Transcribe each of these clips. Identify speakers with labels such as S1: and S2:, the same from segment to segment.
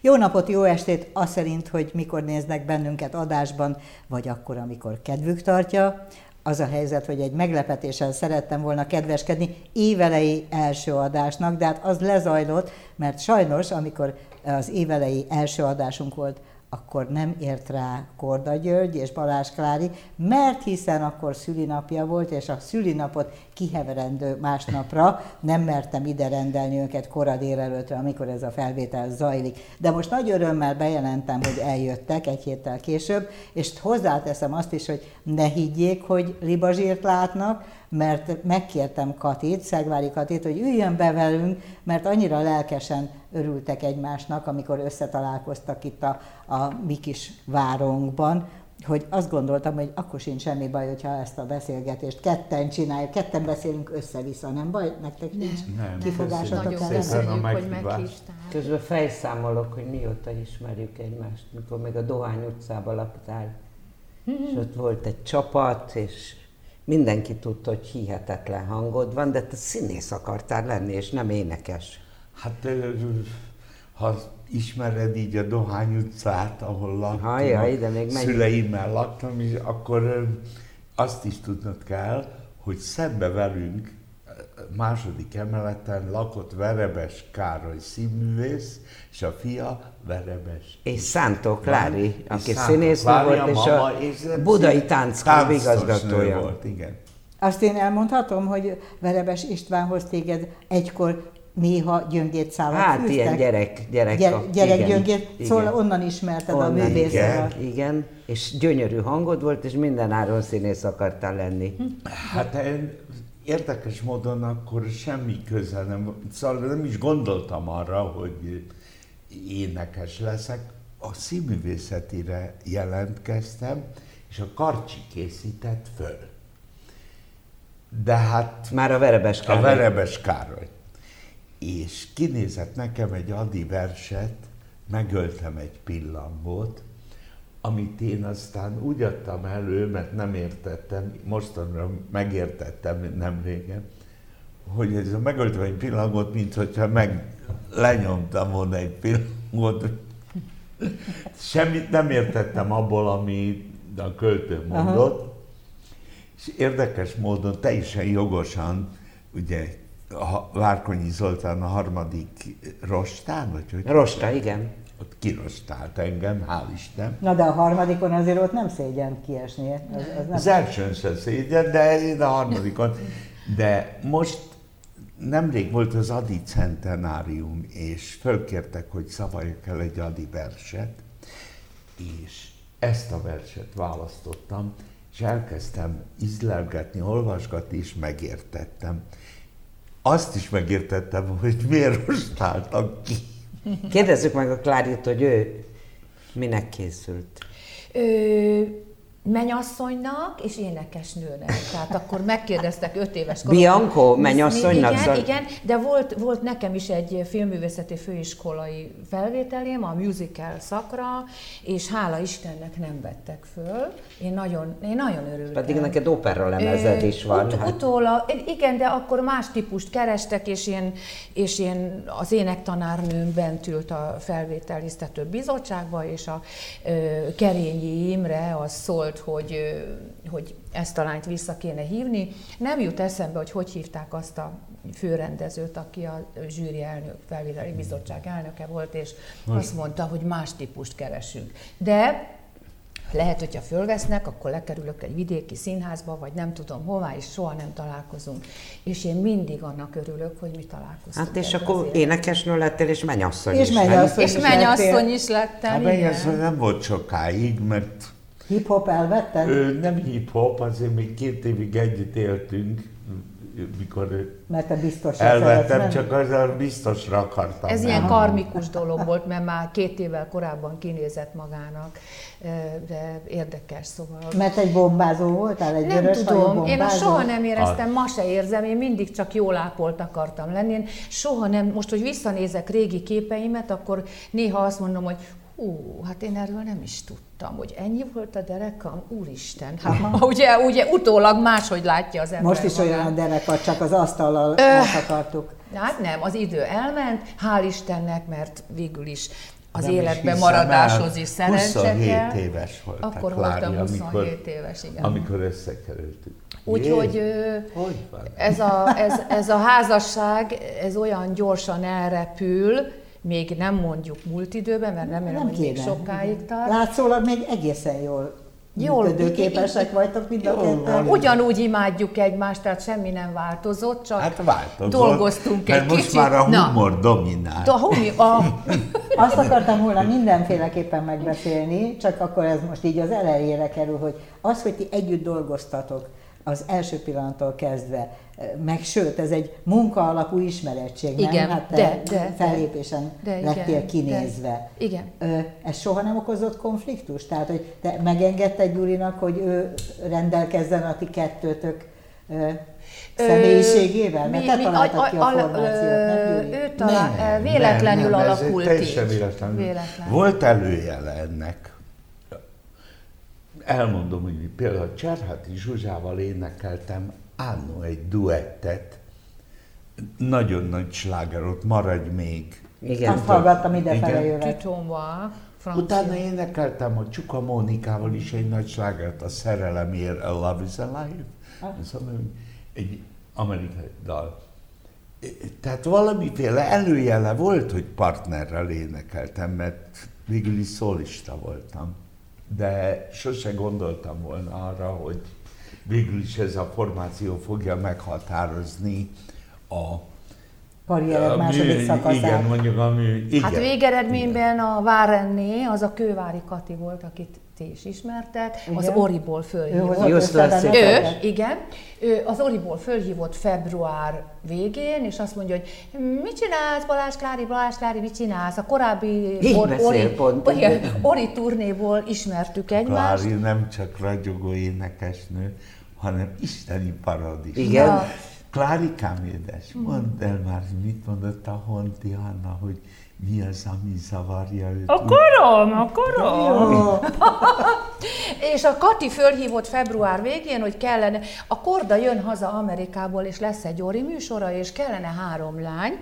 S1: Jó napot, jó estét, azt szerint, hogy mikor néznek bennünket adásban, vagy akkor, amikor kedvük tartja. Az a helyzet, hogy egy meglepetéssel szerettem volna kedveskedni évelei első adásnak, de hát az lezajlott, mert sajnos, amikor az évelei első adásunk volt, akkor nem ért rá Korda György és Balázs Klári, mert hiszen akkor szülinapja volt, és a szülinapot kiheverendő másnapra nem mertem ide rendelni őket kora délelőtre, amikor ez a felvétel zajlik. De most nagy örömmel bejelentem, hogy eljöttek egy héttel később, és hozzáteszem azt is, hogy ne higgyék, hogy libazsírt látnak, mert megkértem Katit, Szegvári Katit, hogy üljön be velünk, mert annyira lelkesen örültek egymásnak, amikor összetalálkoztak itt a, a mi kis várunkban, hogy azt gondoltam, hogy akkor sincs semmi baj, hogyha ezt a beszélgetést ketten csináljuk, ketten beszélünk össze-vissza, nem baj? Nektek nincs
S2: Nem,
S1: kifogásotok
S2: köszönjük
S3: Nagyon
S1: ellen?
S2: szépen.
S3: köszönjük, hogy
S2: meghívást.
S3: meghívtál.
S4: Közben fejszámolok, hogy mióta ismerjük egymást, mikor még a Dohány utcában laktál.
S1: Mhm.
S4: És ott volt egy csapat, és mindenki tudta, hogy hihetetlen hangod van, de te színész akartál lenni, és nem énekes.
S2: Hát ö, ha ismered így a Dohány utcát, ahol laktam,
S4: Hajjaj, de még mennyi-
S2: szüleimmel laktam, és akkor ö, azt is tudnod kell, hogy szembe velünk ö, második emeleten lakott Verebes Károly színművész, és a fia Verebes.
S4: És Szántó Klári,
S2: És
S4: aki
S2: Szántó
S4: színésznő
S2: Klári,
S4: volt, és a
S2: mama, és
S4: budai táncklub
S2: táncosnő
S4: igazgatója.
S2: volt, igen.
S1: Azt én elmondhatom, hogy Verebes Istvánhoz téged egykor néha gyöngét szállat
S4: Hát
S1: fűztek.
S4: ilyen gyerek, gyerek,
S1: Gyere, gyerek
S4: igen,
S1: gyöngét,
S4: igen.
S1: szóval onnan ismerted a
S4: Onnan,
S1: művészetet.
S4: igen, igen, és gyönyörű hangod volt, és minden áron színész akartál lenni.
S1: Hm.
S2: Hát én érdekes módon akkor semmi köze nem, szóval nem is gondoltam arra, hogy énekes leszek. A színművészetire jelentkeztem, és a Karcsi készített föl. De hát
S4: Már a verebes
S2: a
S4: Károly.
S2: Verebes Károly. És kinézett nekem egy Adi verset, megöltem egy pillambót, amit én aztán úgy adtam elő, mert nem értettem, mostanra megértettem nem régen, hogy ez a megöltem egy pillangót, mint hogyha meg lenyomtam volna egy pillangót. Semmit nem értettem abból, amit a költő mondott, és érdekes módon, teljesen jogosan, ugye a Várkonyi Zoltán a harmadik rostán, vagy hogy
S4: Rosta, igen.
S2: ott kirostált engem, hál' Isten.
S1: Na de a harmadikon azért ott nem szégyen kiesni. Az, az nem.
S2: Az elsőn se szégyen, de én a harmadikon. De most nemrég volt az Adi centenárium, és fölkértek, hogy szavaljak el egy Adi verset, és ezt a verset választottam, és elkezdtem izlelgetni, olvasgatni, és megértettem. Azt is megértettem, hogy miért rostáltam ki.
S4: Kérdezzük meg a Klárit, hogy ő minek készült.
S3: Ö, mennyasszonynak és énekesnőnek. Tehát akkor megkérdeztek öt éves
S4: Bianco mennyasszonynak
S3: Igen,
S4: zaj-
S3: igen, de volt, volt nekem is egy filmművészeti főiskolai felvételém, a musical szakra, és hála Istennek nem vettek föl. Én nagyon, én nagyon örültem.
S4: Pedig neked opera lemezed
S3: Ö,
S4: is van.
S3: Ut-
S4: hát.
S3: utólag, igen, de akkor más típust kerestek, és én, és én az énektanárnőm bent ült a felvételiztető bizottságba, és a ö, Kerényi Imre az szólt, hogy, ö, hogy ezt a lányt vissza kéne hívni. Nem jut eszembe, hogy hogy hívták azt a főrendezőt, aki a zsűri elnök, felvételi bizottság elnöke volt, és azt mondta, hogy más típust keresünk. De lehet, hogyha fölvesznek, akkor lekerülök egy vidéki színházba, vagy nem tudom hová, és soha nem találkozunk. És én mindig annak örülök, hogy mi találkozunk.
S4: Hát és
S3: ebben az
S4: akkor
S3: életben.
S4: énekesnő lettél, és mennyasszony
S1: És
S4: is.
S1: mennyasszony.
S3: És
S1: is lettél.
S3: mennyasszony is lettem,
S2: Hát
S3: igen.
S2: ez nem volt sokáig, mert
S1: Hip-hop elvetted?
S2: Ő nem hip-hop, azért még két évig együtt éltünk, mikor
S1: Mert te biztos
S2: elvettem,
S1: nem?
S2: csak azzal biztosra akartam.
S3: Ez ilyen
S2: menni.
S3: karmikus dolog volt, mert már két évvel korábban kinézett magának, ö, de érdekes, szóval...
S1: Mert egy bombázó voltál, egy
S3: Nem
S1: vörös hajú
S3: tudom, én azt
S1: bombázó?
S3: soha nem éreztem, ma se érzem, én mindig csak jól ápolt akartam lenni. Én soha nem, most, hogy visszanézek régi képeimet, akkor néha azt mondom, hogy Ú, hát én erről nem is tudtam, hogy ennyi volt a derekam, úristen, hát ma ugye, ugye utólag máshogy látja az ember.
S1: Most is
S3: magát.
S1: olyan a derekad, csak az asztallal akartuk.
S3: Hát nem, az idő elment, hál' Istennek, mert végül is az
S2: Nem is
S3: életbe
S2: hiszem
S3: maradáshoz
S2: el.
S3: is szerencse
S2: 27
S3: kell.
S2: éves voltak,
S3: Akkor
S2: Klári,
S3: voltam 27
S2: amikor,
S3: éves, igen.
S2: amikor összekerültük.
S3: Úgyhogy
S2: Jé,
S3: ö,
S2: Hogy van?
S3: ez a, ez, ez a házasság, ez olyan gyorsan elrepül, még nem mondjuk múlt időben, mert remélem, hogy még sokáig tart.
S1: Látszólag még egészen jól
S3: Jól,
S1: működőképesek vagytok mind a
S2: Jól
S1: ketten.
S2: van.
S3: Ugyanúgy imádjuk egymást, tehát semmi nem változott, csak
S2: Hát változott,
S3: dolgoztunk
S2: mert
S3: egy
S2: most
S3: kicsit.
S2: már a
S3: Na.
S2: humor dominál.
S3: De a homi, a,
S1: Azt akartam volna mindenféleképpen megbeszélni, csak akkor ez most így az elejére kerül, hogy az, hogy ti együtt dolgoztatok az első pillanattól kezdve, meg sőt, ez egy munka alapú ismerettség,
S3: Igen,
S1: nem? Hát te
S3: de, de,
S1: fellépésen
S3: de, igen,
S1: lettél
S3: de.
S1: kinézve.
S3: Igen.
S1: Ö, ez soha nem okozott konfliktus? Tehát, hogy te megengedted Gyurinak, hogy ő rendelkezzen a ti kettőtök ö, személyiségével? Mert te találtad ki a formációt, nem Gyuri?
S3: Ő talál,
S2: Nem,
S3: eh, véletlenül
S2: nem, nem, ez
S3: alakult
S2: Teljesen
S3: így.
S2: véletlenül.
S3: Véletlen.
S2: Volt előjele ennek. Elmondom, hogy mi például Cserháti Zsuzsával énekeltem annó egy duettet, nagyon nagy slágerot, maradj még.
S4: Igen.
S1: Azt hallgattam idefele
S2: Igen.
S1: jövet.
S3: Tutomba, francia.
S2: Utána énekeltem a Csuka Mónikával is egy nagy slágert, a Szerelemért, a Love is Alive. Ez a- egy amerikai dal. Tehát valamiféle előjele volt, hogy partnerrel énekeltem, mert végül is szólista voltam. De sose gondoltam volna arra, hogy végül is ez a formáció fogja meghatározni a,
S1: karriered második szakaszát.
S2: igen, mondjuk a mű, igen.
S3: Hát végeredményben a Várenné, az a Kővári Kati volt, akit ti is ismertek, az
S1: Igen.
S3: Oriból
S1: Ő
S3: fölhívott.
S1: hozott
S4: Jószló
S1: össze
S4: Szép.
S1: benneteket.
S3: Ő, igen, ő az Oriból fölhívott február végén, és azt mondja, hogy mit csinálsz, Balázs Klári, Balázs Klári, mit csinálsz? A korábbi
S4: Így beszél pont,
S3: Ori,
S4: igen.
S3: Ori turnéból ismertük egymást.
S2: Klári nem csak ragyogó énekesnő, hanem isteni paradis.
S4: Igen. Na.
S2: Klárikám édes,
S3: Hmm.
S2: mondd el már, mit mondott a Honti Anna, hogy mi az, ami zavarja őt. úgy?
S3: Akarom, akarom.
S1: Ó,
S3: És a Kati fölhívott február végén, hogy kellene, a Korda jön haza Amerikából, és lesz egy Ori műsora, és kellene három lány,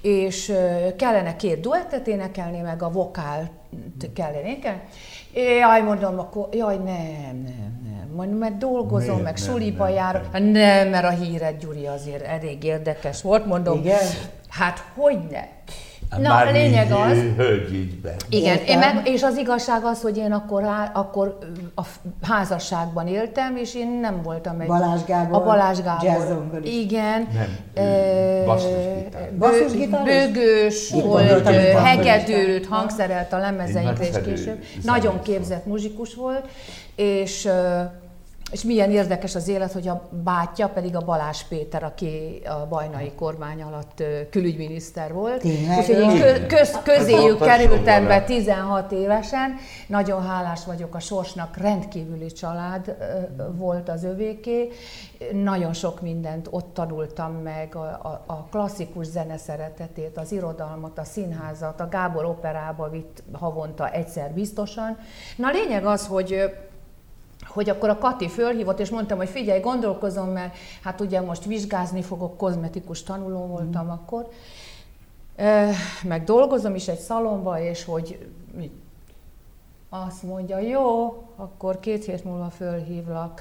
S3: és ö, kellene két duettet énekelni, meg a vokált kellene énekelni. Jaj, mondom, akkor, jaj, nem, nem, nem. Mondom, mert dolgozom,
S2: Miért
S3: meg
S2: nem,
S3: suliba
S2: nem,
S3: járok.
S2: nem?
S3: Hát Nem, mert a híred, Gyuri, azért elég érdekes volt, mondom.
S1: Igen?
S3: Hát, hogy ne? Na, a
S2: Már
S3: lényeg
S2: így,
S3: az,
S2: ö, Hölgyügyben.
S3: igen, én
S1: Értem.
S3: meg, és az igazság az, hogy én akkor, há- akkor ö, a f- házasságban éltem, és én nem voltam egy...
S1: Balázs Gábor,
S3: A Balázs Gábor.
S1: jazzzongorista.
S3: Igen.
S2: Nem,
S3: Ö,
S2: ő basszusgitár.
S3: bő-
S1: Basszusgitáros?
S3: Bőgős
S1: Úgy
S3: volt,
S1: gondoltam,
S3: ö,
S1: hogy basszusgitár.
S3: hegedült, hangszerelt a lemezeinkre, és
S2: nagyszerű
S3: később.
S2: zenész
S3: Nagyon
S2: volt.
S3: képzett muzsikus volt, és ö, és milyen érdekes az élet, hogy a bátyja pedig a Balázs Péter, aki a bajnai kormány alatt ö, külügyminiszter volt.
S1: Tényleg?
S3: Úgyhogy én kö- köz, közéjük
S2: Azóta
S3: kerültem
S2: soha
S3: be
S2: nem.
S3: 16 évesen. Nagyon hálás vagyok a sorsnak, rendkívüli család ö, volt az övéké. Nagyon sok mindent ott tanultam meg, a, a, a klasszikus zene szeretetét, az irodalmat, a színházat, a Gábor operába vitt havonta egyszer biztosan. Na a lényeg az, hogy ö, hogy akkor a Kati fölhívott, és mondtam, hogy figyelj, gondolkozom, mert hát ugye most vizsgázni fogok, kozmetikus tanuló voltam akkor, Ö, meg dolgozom is egy szalomba, és hogy mit azt mondja, jó, akkor két hét múlva fölhívlak.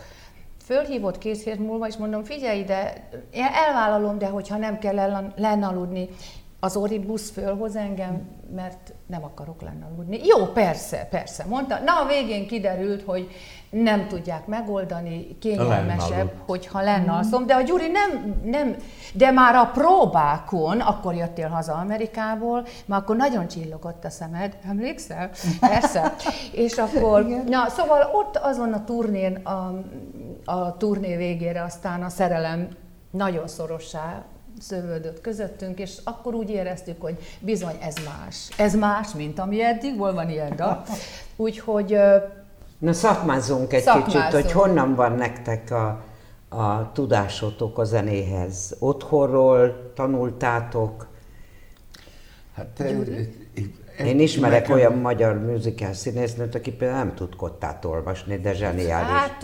S3: Fölhívott két hét múlva, és mondom, figyelj ide, én elvállalom, de hogyha nem kell ellen- lennaludni, az Ori busz fölhoz engem, mert nem akarok lennaludni. Jó, persze, persze, mondta. Na, a végén kiderült, hogy nem tudják megoldani, kényelmesebb,
S2: Lennaludt.
S3: hogyha lennalszom, de a Gyuri nem, nem, de már a próbákon, akkor jöttél haza Amerikából, már akkor nagyon csillogott a szemed, emlékszel? Persze. És akkor, na szóval ott azon a turnén, a, a turné végére aztán a szerelem nagyon szorossá szövődött közöttünk, és akkor úgy éreztük, hogy bizony ez más. Ez más, mint ami eddig, hol van ilyen dal. Úgyhogy ö,
S4: Na szakmázzunk egy
S3: Szakmázzunk.
S4: kicsit, hogy honnan van nektek a, a tudásotok a zenéhez. Otthonról tanultátok?
S2: Hát eh, eh,
S4: Én ismerek
S2: nekem-
S4: olyan magyar musical színésznőt, aki például nem tud kottát olvasni, de zseniális.
S3: Hát,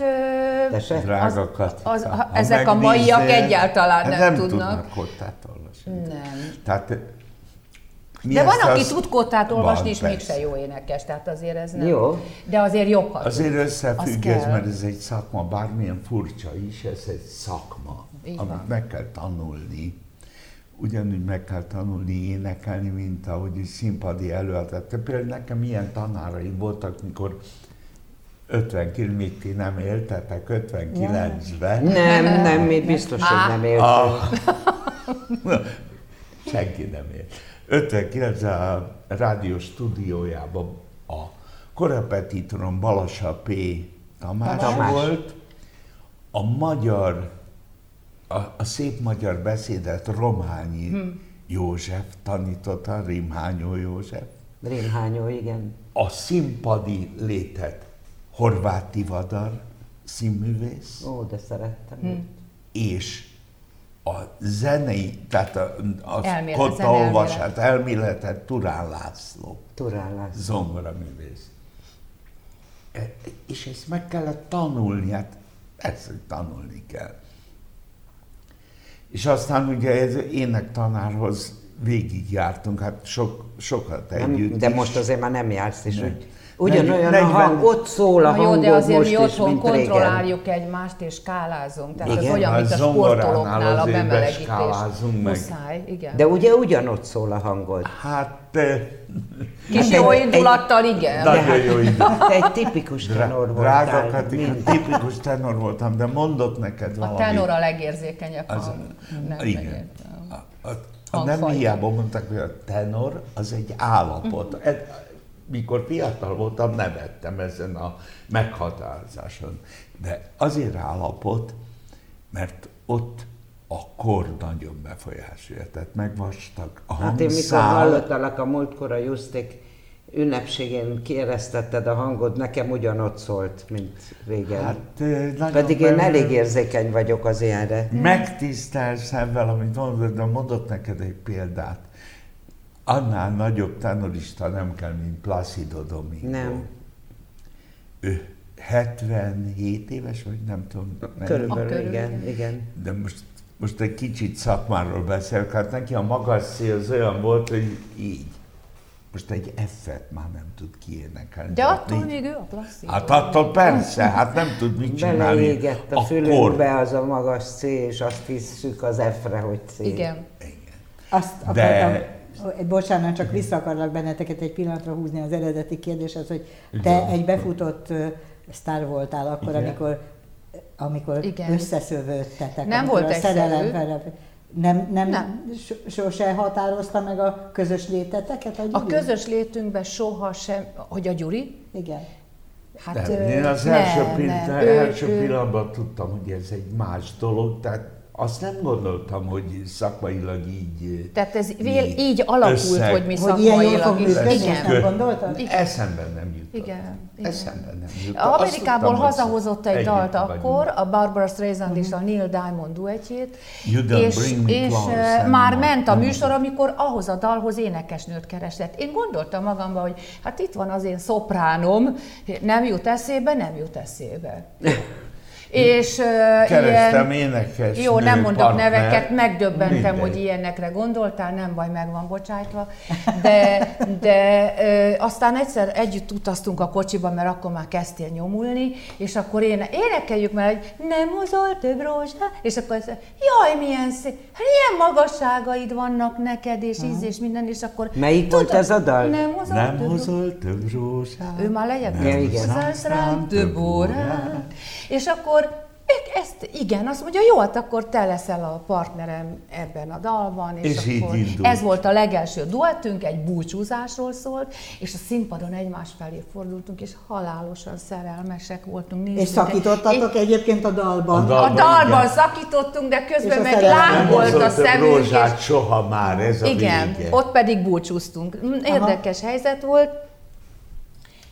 S4: de
S3: ö,
S4: se?
S2: Drágakat. hát
S3: az- ha ezek a maiak egyáltalán nem
S2: nem
S3: tudnak.
S2: tudnak kottát olvasni.
S3: nem.
S2: Tehát, eh, mi
S3: De van,
S2: ezt
S3: aki
S2: azt-
S3: tud kottát olvasni,
S2: Van,
S3: és mégse
S2: persze.
S3: jó énekes, tehát azért ez nem.
S4: Jó.
S3: De azért jobb, ha
S2: Azért
S3: tud.
S2: összefügg
S3: Az
S2: ez,
S3: kell.
S2: mert ez egy szakma, bármilyen furcsa is, ez egy szakma,
S3: Így
S2: amit
S3: van.
S2: meg kell tanulni. Ugyanúgy meg kell tanulni énekelni, mint ahogy is színpadi előadást. Például nekem ilyen tanáraim voltak, mikor 59, még ti nem éltetek, 59-ben.
S4: Nem, nem, mi biztos, hogy nem értünk.
S2: Ah. Senki nem ér. 59 a rádió stúdiójában a korrepetitorom Balassa P. Tamás,
S4: Tamás.
S2: Tamás. volt. A magyar, a, a szép magyar beszédet Rományi József tanította, Rimhányó József.
S4: Rémhányó, igen.
S2: A színpadi létet Horváth Tivadar színművész
S4: Ó, de szerettem
S3: Hm.
S4: őt.
S2: és a zenei, tehát a, a
S3: Elmélet,
S2: kotta
S3: zeneelmélet.
S2: olvasát, elméletet Turán László,
S4: Turán László.
S2: zongoraművész. E- És ezt meg kellett tanulni, hát persze, hogy tanulni kell. És aztán ugye ez énektanárhoz végigjártunk, hát sok, sokat együtt
S4: Nem, de
S2: is.
S4: most azért már nem jársz is,
S2: Nem.
S4: hogy ugyanolyan a
S2: Negyven-
S4: hang, ott szól a
S3: Na jó,
S4: hangod
S3: de azért
S4: most
S3: mi
S4: is,
S3: otthon
S4: mint régen.
S3: kontrolláljuk egymást és skálázunk. Tehát
S4: Igen,
S3: ez olyan, mint
S2: a
S3: a
S2: hát zongoránál
S3: sportolóknál a
S2: azért
S3: bemelegítés.
S2: beskálázunk meg.
S3: Muszáj, igen.
S4: De ugye ugyanott szól a hangod.
S2: Hát eh,
S3: Kis
S4: hát
S3: jó
S4: egy-
S3: indulattal, igen.
S2: nagyon jó idő.
S4: Te egy tipikus hát- tenor
S2: Drága
S4: voltál.
S2: Katika,
S4: Mind-
S2: tipikus tenor voltam, de mondok neked
S3: A
S2: valamit.
S3: tenor a legérzékenyebb
S2: Az-
S3: hang. Nem
S2: igen.
S3: megért.
S2: A, a, a, nem
S3: Hangfajta.
S2: hiába mondták, hogy a tenor az egy állapot.
S4: Mhm.
S2: Ez, mikor fiatal voltam, nevettem ezen a meghatározáson. De azért állapot, mert ott a kor nagyon befolyásolja, tehát megvastag a
S4: Hát én mikor
S2: hangszál.
S4: hallottalak a múltkor a Justék ünnepségén kieresztetted a hangod, nekem ugyanott szólt, mint régen.
S2: Hát, eh, nagyon
S4: Pedig én
S2: be-
S4: elég érzékeny vagyok az ilyenre.
S2: megtisztel szemmel, amit mondod, de mondok neked egy példát. Annál nagyobb tenorista nem kell, mint Placido Domingo.
S4: Nem.
S2: Ő 77 éves, vagy nem tudom. mennyi.
S3: A körül,
S4: Körülbelül, igen, igen.
S2: De most, most egy kicsit szakmáról beszélek, hát neki a magas szél az olyan volt, hogy így. Most egy F-et már nem tud kiénekelni.
S3: De
S2: Tehát
S3: attól
S2: nincs-
S3: még ő a klasszikus.
S2: Hát attól persze, hát nem tud mit csinálni.
S4: Beleégett a,
S2: kor.
S4: fülünkbe az a magas C, és azt hiszük az F-re, hogy C.
S3: Igen.
S1: Azt
S2: De-
S1: akartam, Ó, bocsánat, csak vissza akarlak benneteket egy pillanatra húzni az eredeti kérdéshez, hogy te
S2: Igen.
S1: egy befutott ö, sztár voltál akkor,
S2: Igen.
S1: amikor amikor
S3: Igen.
S1: összeszövődtetek.
S3: Nem
S1: amikor
S3: volt
S1: a
S3: egyszerű.
S1: szerelem felep- nem, nem,
S3: Nem.
S1: nem. sose határozta meg a közös léteteket?
S3: A
S1: Gyuri?
S3: közös létünkben soha sem, hogy a Gyuri,
S1: Igen.
S3: hát
S2: Hát,
S3: ö,
S2: én az
S3: nem,
S2: első,
S3: nem.
S2: pillan-
S3: Ő-
S2: első
S3: ő-
S2: pillanatban tudtam, hogy ez egy más dolog, tehát azt nem gondoltam, hogy szakmailag így...
S3: Tehát ez vél,
S2: így
S3: így alakult,
S2: össze-
S3: hogy mi
S1: Hogy ilyen jól
S3: szakmailag
S1: fog
S3: is.
S1: működni,
S3: Igen.
S1: ezt nem gondoltad?
S2: Eszembe nem jutott.
S3: Igen, igen.
S2: Eszembe nem jutott.
S3: A
S2: Azt
S3: Amerikából
S2: tudtam, hogy
S3: hazahozott egy
S2: együtt
S3: dalt
S2: vagyunk.
S3: akkor, a Barbara Streisand és a Neil Diamond duettjét,
S2: You don't
S3: és,
S2: bring me
S3: és
S2: flowers
S3: eh,
S2: anymore.
S3: már ment a
S2: Nem
S3: műsor, amikor ahhoz a dalhoz énekesnőt keresett. Én gondoltam magamban, hogy hát itt van az én szopránom, nem jut eszébe, nem jut eszébe. és eh,
S2: Kerestem énekes
S3: Jó, nem
S2: nő,
S3: mondok
S2: partner,
S3: neveket, megdöbbentem,
S2: mindegy.
S3: hogy ilyenekre gondoltál, nem baj, meg van bocsájtva. De, de ö, aztán egyszer együtt utaztunk a kocsiban, mert akkor már kezdtél nyomulni, és akkor én énekeljük már, hogy nem hozol több rózsát, és akkor ez, jaj, milyen szép, hát ilyen magasságaid vannak neked, és íz, és minden, és akkor...
S4: Melyik volt ez a dal?
S3: Nem hozol
S2: Nem
S3: több rózsát.
S2: hozol több rózsát.
S3: Ő már lejjebb
S4: Ja,
S3: ja,
S4: igen.
S3: hozzász rám több órát. És akkor ők ezt, igen, azt mondja, jó, hát akkor te leszel a partnerem ebben a dalban. És,
S2: És így
S3: akkor
S2: indult.
S3: Ez volt a legelső duettünk, egy búcsúzásról szólt, és a színpadon egymás felé fordultunk, és halálosan szerelmesek voltunk. Nézzük,
S1: És szakítottatok egyébként a dalban.
S2: A dal-
S3: A dalban
S2: Igen.
S3: szakítottunk, de közben
S1: És a
S3: meg
S1: szerelem. Nem
S2: nem
S3: lángolt
S2: hozol
S3: a
S2: több
S3: szemünk, és
S2: rózsát soha már, ez a
S3: igen,
S2: vége.
S3: ott pedig búcsúztunk. Mm, Érdekes helyzet volt.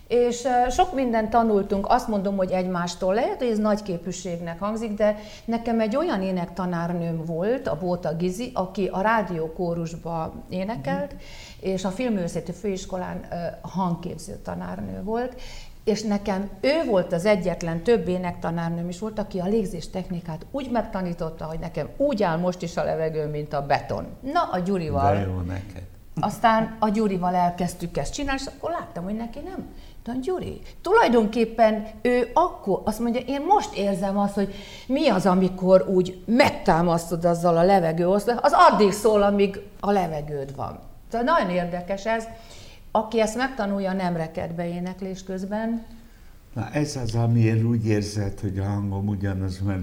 S3: És ö, sok mindent tanultunk, azt mondom, hogy egymástól. Lehet, hogy ez nagy képűségnek hangzik, de nekem egy olyan énektanárnőm volt, a Bóta Gizi, aki a rádiókórusba énekelt, és a filmőszéti főiskolán ö, hangképző tanárnő volt, és nekem ő volt az egyetlen, több énektanárnőm is volt, aki a légzés technikát úgy megtanította, hogy nekem úgy áll most is a levegő, mint a beton. Na, a Gyurival.
S2: De jó neked.
S3: Aztán a Gyurival elkezdtük ezt csinálni, és akkor láttam, hogy neki nem. De Gyuri, tulajdonképpen ő akkor, azt mondja, én most érzem azt, hogy mi az, amikor úgy megtámasztod azzal a levegőoszlopot, az addig szól, amíg a levegőd van. Tehát nagyon érdekes ez. Aki ezt megtanulja, nem reked be éneklés közben.
S2: Na ez az, amiért úgy érzed, hogy a hangom ugyanaz, mert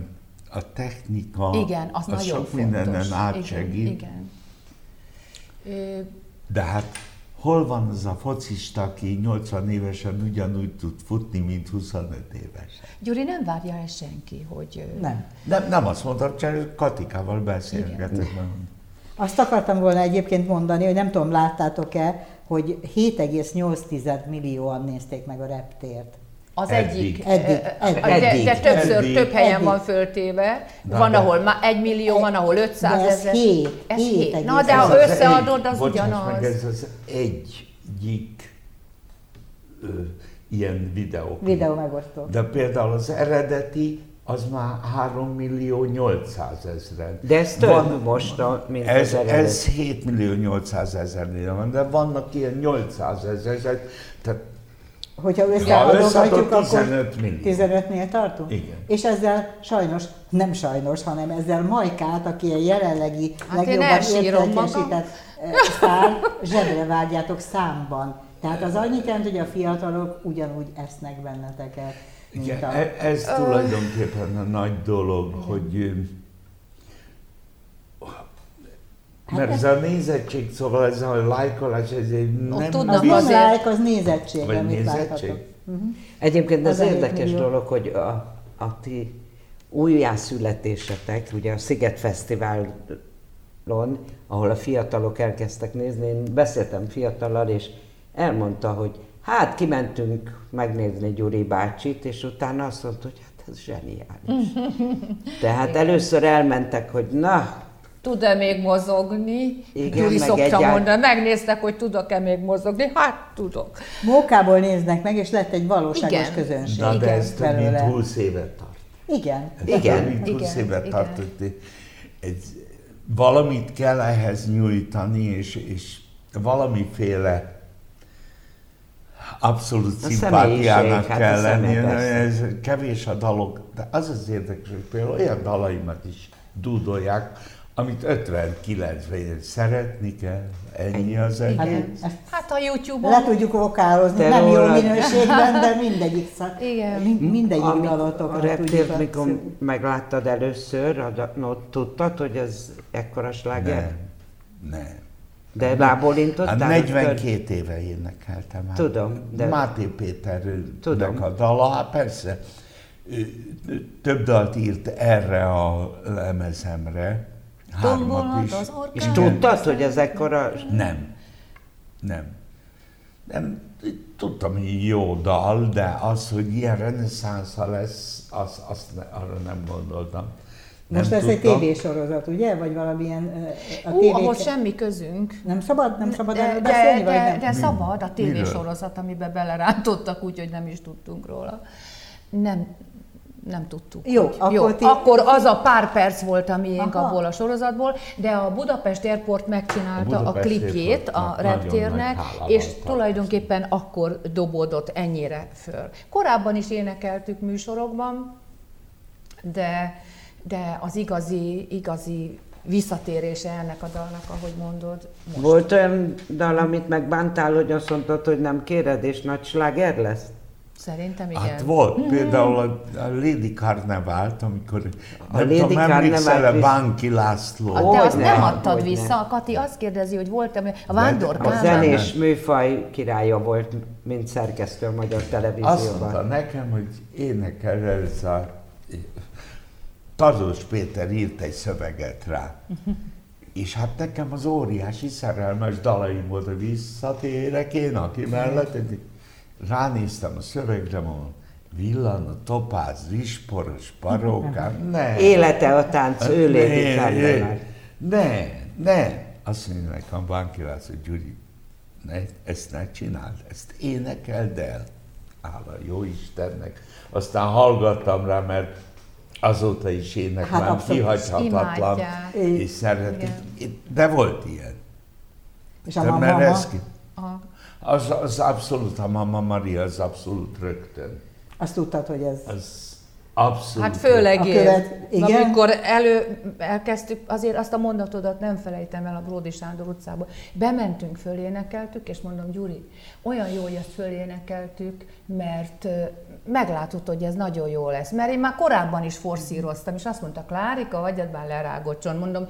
S2: a technika
S3: igen, az,
S2: az
S3: nagyon
S2: sok
S3: fontos.
S2: mindenen átsegít.
S3: Igen, igen. Ö,
S2: De hát hol van az a focista, aki 80 évesen ugyanúgy tud futni, mint 25 évesen?
S3: Gyuri, nem várja el senki, hogy... ö,
S1: Nem.
S2: Nem, nem azt mondtam, csak Katikával beszélgetek.
S1: Azt akartam volna egyébként mondani, hogy nem tudom, láttátok-e, hogy 7,8 millióan nézték meg a reptért.
S3: Az
S2: Eddig.
S3: egyik.
S1: Eddig,
S3: ö, ö,
S1: eddig.
S3: De, de többször,
S2: Eddig.
S3: több helyen
S1: Eddig.
S3: van föltéve.
S2: Na
S3: van,
S2: de-
S3: ahol már egy millió, van, ahol
S1: de
S3: 500
S1: ez
S3: ezer.
S1: hét,
S3: Ez
S1: hét
S3: hét. Na,
S1: egész.
S3: de
S1: Ez
S3: ha
S1: az
S3: összeadod, az
S2: Bocsáss Meg,
S3: ugyanaz.
S2: ez az egyik ö, ilyen videó.
S1: Videó megosztó.
S2: De például az eredeti, az már 3 millió 800 ezeren.
S4: De ez több
S2: Van-
S4: van, most, a, mint
S2: Ez,
S4: az eredet.
S2: ez 7 millió 800 ezernél van, de vannak ilyen 800 ezer, tehát
S1: Hogyha
S2: ha
S1: összeadogatjuk,
S2: összeadott
S1: akkor
S2: 15 millió.
S1: 15-nél tartunk?
S2: Igen.
S1: És ezzel sajnos, nem sajnos, hanem ezzel Majkát, aki a jelenlegi
S3: Hát én
S1: legjobban
S3: elsírom
S1: értékesített eh, sztár, zsebre vágjátok számban. Tehát az annyit jelent, hogy a fiatalok ugyanúgy esznek benneteket, mint
S2: Igen,
S1: a...
S2: e- ez tulajdonképpen a nagy dolog, hogy ö, mert ez a nézettség, szóval ez a lájkolás, ez egy nem
S3: tudnak
S1: Az
S3: Na,
S1: nem
S3: azért-
S1: lájk, az nézettség,
S2: vagy
S1: amit
S2: nézettség.
S1: láthatok.
S4: Egyébként
S1: Az
S4: az,
S1: a hét
S4: érdekes
S1: millió.
S4: dolog, hogy a, a ti újjászületésetek, ugye a Sziget Fesztiválon, ahol a fiatalok elkezdtek nézni, én beszéltem fiatallal, és elmondta, hogy hát kimentünk megnézni Gyuri bácsit, és utána azt mondta, hogy hát ez zseniális. Tehát először elmentek, hogy na,
S3: Tud-e még mozogni?
S4: Igen,
S3: Gyuri
S4: meg
S3: szokta
S4: egyált-
S3: mondani. Megnéztek, hogy tudok-e még mozogni? Hát tudok.
S1: Mókából néznek meg, és lett egy valóságos
S3: Igen.
S1: közönség.
S2: Na, de
S3: Igen,
S2: ez több mint
S1: belőle.
S2: 20 évet tart.
S1: Igen.
S2: Hát Ez
S4: Igen.
S2: több mint 20
S3: Igen,
S2: évet
S3: igen.
S2: tart. hogy Egy, valamit kell ehhez nyújtani, és, és valamiféle abszolút
S4: A
S2: szimpátiának
S4: személyiség, hát
S2: kell
S4: a
S2: lenni.
S4: személy, persze.
S2: Ez kevés a dalok, de az az érdekes, hogy például olyan dalaimat is dúdolják, amit 59 ben szeretni kell, ennyi az
S3: Igen.
S2: egész.
S1: ezt-
S3: Hát a YouTube-on.
S1: Le tudjuk vokálozni,
S4: Te
S1: nem jó
S4: rólad.
S1: minőségben, de mindegyik szak.
S3: Igen.
S1: Mind,
S2: Hm?
S1: mindegyik
S4: ami-
S1: dalotok.
S4: a reptért, mikor megláttad először, a, da- no, tudtad, hogy ez ekkora sláger?
S2: Nem, nem.
S4: De rábólintottál?
S2: Hát
S4: akkor?
S2: 42 éve énekeltem már.
S4: Tudom,
S2: De...
S4: de-
S2: Máté Péternek
S4: Tudom.
S2: a dala, hát persze. Ő- ő Több dalt írt erre a lemezemre. Hármat
S3: Tombolhat
S2: is.
S3: az
S4: És
S3: orkán.
S2: nem,
S4: tudtad, hogy ez ekkora...
S2: nem. Nem. Nem. Tudtam, hogy jó dal, de az, hogy ilyen reneszánsza lesz, az, azt ne, arra nem gondoltam. Nem
S1: Most lesz egy
S2: tudtam.
S1: tévésorozat, ugye? Vagy valamilyen ö, a
S3: Ú, ahhoz
S1: tévék-
S3: semmi közünk.
S1: Nem szabad, nem szabad
S3: De,
S1: erről
S3: de,
S1: beszélni, vagy
S3: de,
S1: nem?
S3: de szabad a
S2: Miről?
S3: tévésorozat, amiben belerántottak, úgyhogy nem is tudtunk róla. Nem, nem tudtuk.
S1: Jó,
S3: hogy-
S1: akkor ti-
S3: akkor az a pár perc volt a miénk
S1: Aha.
S3: abból a sorozatból, de a Budapest Airport megcsinálta a,
S2: A Budapest
S3: klipjét a
S2: Airportnak nagyon
S3: reptérnek,
S2: nagy hálával
S3: és
S2: tartozunk.
S3: tulajdonképpen akkor dobódott ennyire föl. Korábban is énekeltük műsorokban, de, de az igazi, igazi visszatérése ennek a dalnak, ahogy mondod, most.
S4: Volt olyan dal, amit megbántál, hogy azt mondtad, hogy nem kéred, és nagy sláger lesz?
S3: Szerintem igen.
S2: Hát volt például a, a Lady Carnevált, amikor
S4: A
S2: nem
S4: Lady
S2: tudom, emlékszel-e
S4: Carnevált is-
S2: Bánki László?
S3: De azt
S4: Hogyne,
S3: nem adtad
S4: hogyne.
S3: vissza. A Kati azt kérdezi, hogy voltam a Vándor
S2: De-
S4: A
S2: Nem,
S3: Kálmán.
S4: zenés műfaj királya volt, mint szerkesztő a Magyar
S2: Azt mondta
S4: Televízióban.
S2: nekem, hogy énekel ez a... Tazos Péter írt egy szöveget rá. És hát nekem az óriási szerelmes dalaim volt, hogy visszatérek én, aki mellett. ránéztem a szövegre, mondom, villan a topáz, rizsporos parókám, ne.
S4: Élete a tánc, ő légy
S2: Hát, Ne, Ne, ne. Azt mondja nekem Bánki László, Gyuri, ne, ezt ne csináld, ezt énekeld el. Áll a jó Istennek. Aztán hallgattam rá, mert azóta is éneklem,
S1: Hát
S2: hát
S1: abszolút.
S2: kihagyhatatlan,
S3: Imádják.
S2: és szeretik. De volt ilyen.
S1: És a
S2: De
S1: mama,
S2: mert ez ki,
S3: A,
S2: az, az abszolút, a Mama Maria az abszolút rögtön.
S1: azt tudtad, hogy ez...
S2: Az abszolút.
S3: Hát főleg
S1: A
S3: én.
S1: követ- igen.
S3: Amikor elő, elkezdtük, azért azt a mondatodat nem felejtem el a Bródi Sándor utcába. Bementünk, fölénekeltük, és mondom, Gyuri, olyan jó, hogy ezt fölénekeltük, mert ö, meglátod, hogy ez nagyon jó lesz. Mert én már korábban is forszíroztam, és azt mondta, Klárika, hagyjad már lerágocson. Mondom,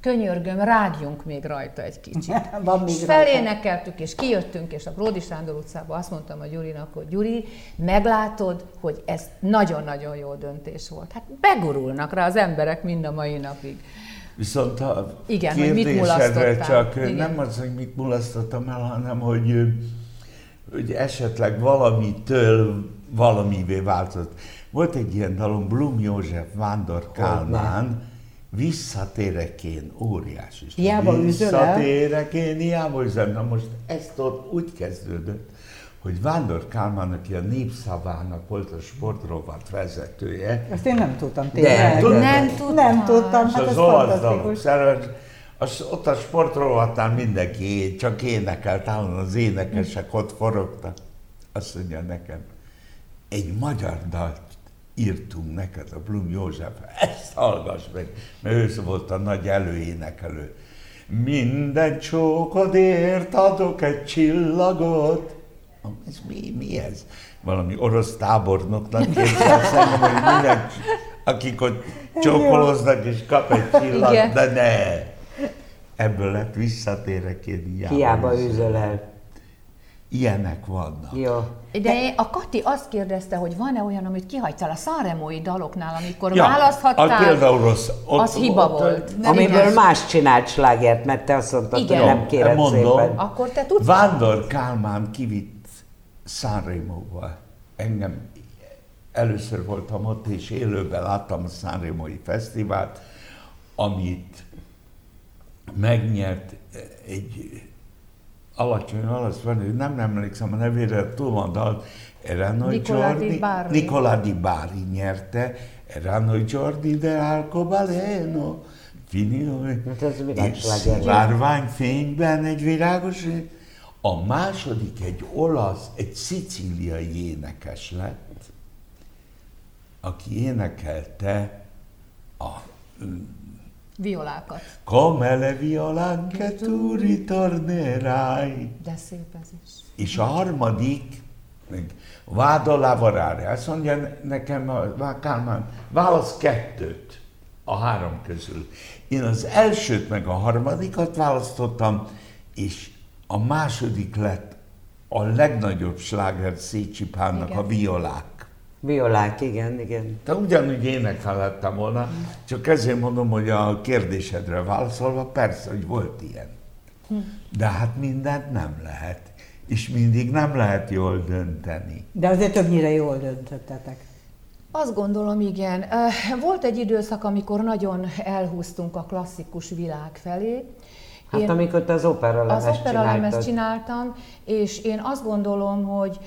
S3: könyörgöm, rágjunk még rajta egy kicsit.
S1: Van még
S3: és
S1: rajta.
S3: felénekeltük, és kijöttünk, és a Bródi Sándor utcába azt mondtam a Gyurinak, hogy Gyuri, meglátod, hogy ez nagyon-nagyon jó döntés volt. Hát begurulnak rá az emberek mind a mai napig.
S2: Viszont a
S3: Igen, hogy mit
S2: kérdésedre
S3: mulasztottál.
S2: csak
S3: Igen.
S2: nem az, hogy mit mulasztottam el, hanem hogy, ö, hogy esetleg valamitől valamivé változott. Volt egy ilyen dalom, Blum József, Vándor Kálmán, Visszatérek én, óriási.
S1: Hiába üzöl el?
S2: Visszatérek én, hiába üzöl. Na most ezt ott úgy kezdődött, hogy Vándor Kálmán, aki a népszavának volt a sportrovat vezetője,
S1: Ezt én nem tudtam
S4: De,
S1: tényleg.
S2: tudtad?
S3: Nem
S1: Nem
S3: tudtam.
S1: tudtam,
S2: és
S1: hát ez
S2: az olasz dalok
S1: fantasztikus.
S2: szerint, az, ott a sportrovatnál mindenki csak énekelt, állandóan az énekesek ott forogtak. Azt mondja nekem, egy magyar dalt írtunk neked, a Blum József, ezt hallgass meg, mert ő volt a nagy előénekelő. Minden csókodért adok egy csillagot. Mondom, Ez mi, mi ez? Valami orosz tábornoknak képzel szemben, hogy minden, akik ott csókoloznak és kap egy csillag,
S3: Igen.
S2: de ne! Ebből lett visszatérek én hiába.
S4: Hiába
S2: üzöl.
S4: üzölel.
S2: Ilyenek vannak.
S4: Jó.
S3: De én- a Kati azt kérdezte, hogy van-e olyan, amit kihagytál a szaremói daloknál, amikor
S2: a
S3: választhattál,
S2: például rossz. Ott,
S3: az hiba volt. Nem
S4: Amiből
S3: igaz?
S4: más csinált slágert, mert te azt mondtad,
S3: Igen.
S4: hogy
S2: Jó, e,
S4: nem kéred
S2: mondom.
S4: szépen.
S3: Akkor te tudsz?
S2: Vándor Kálmán kivitt Sanremo-ba. Engem először voltam ott, és élőben láttam a Sanremo-i fesztivált, amit megnyert egy alacsony olasz vendő, nem emlékszem a nevére, túl van dalt, Erano
S3: Nicola di
S2: Giordi,
S3: Bari.
S2: Nicola Di Bari nyerte, Erano Giordi de Arcobaleno, Finio,
S4: Hát ez
S2: és
S4: világsláger.
S2: bárványfényben egy virágos, a második egy olasz, egy szicíliai énekes lett, aki énekelte a
S3: violákat.
S2: Come le violanche tu ritornerai.
S3: De szép ez is.
S2: És a harmadik, meg vád alá varárja. Azt mondja ne- nekem a Vá- Kálmán, válasz kettőt a három közül. Én az elsőt meg a harmadikat választottam, és a második lett a legnagyobb sláger Szécsi Pánnak,
S3: Igen.
S2: a violák.
S4: Violák, igen, igen.
S2: Te ugyanúgy énekelhettem volna, csak ezért mondom, hogy a kérdésedre válaszolva, persze, hogy volt ilyen. De hát mindent nem lehet, és mindig nem lehet jól dönteni.
S1: De azért többnyire jól döntöttetek.
S3: Azt gondolom, igen. Ö, Volt egy időszak, amikor nagyon elhúztunk a klasszikus világ felé.
S4: Hát
S3: Én-
S4: amikor te az opera
S3: az
S4: lemezt
S3: operalemezt
S4: csináltad.
S3: csináltam, és én azt gondolom, hogy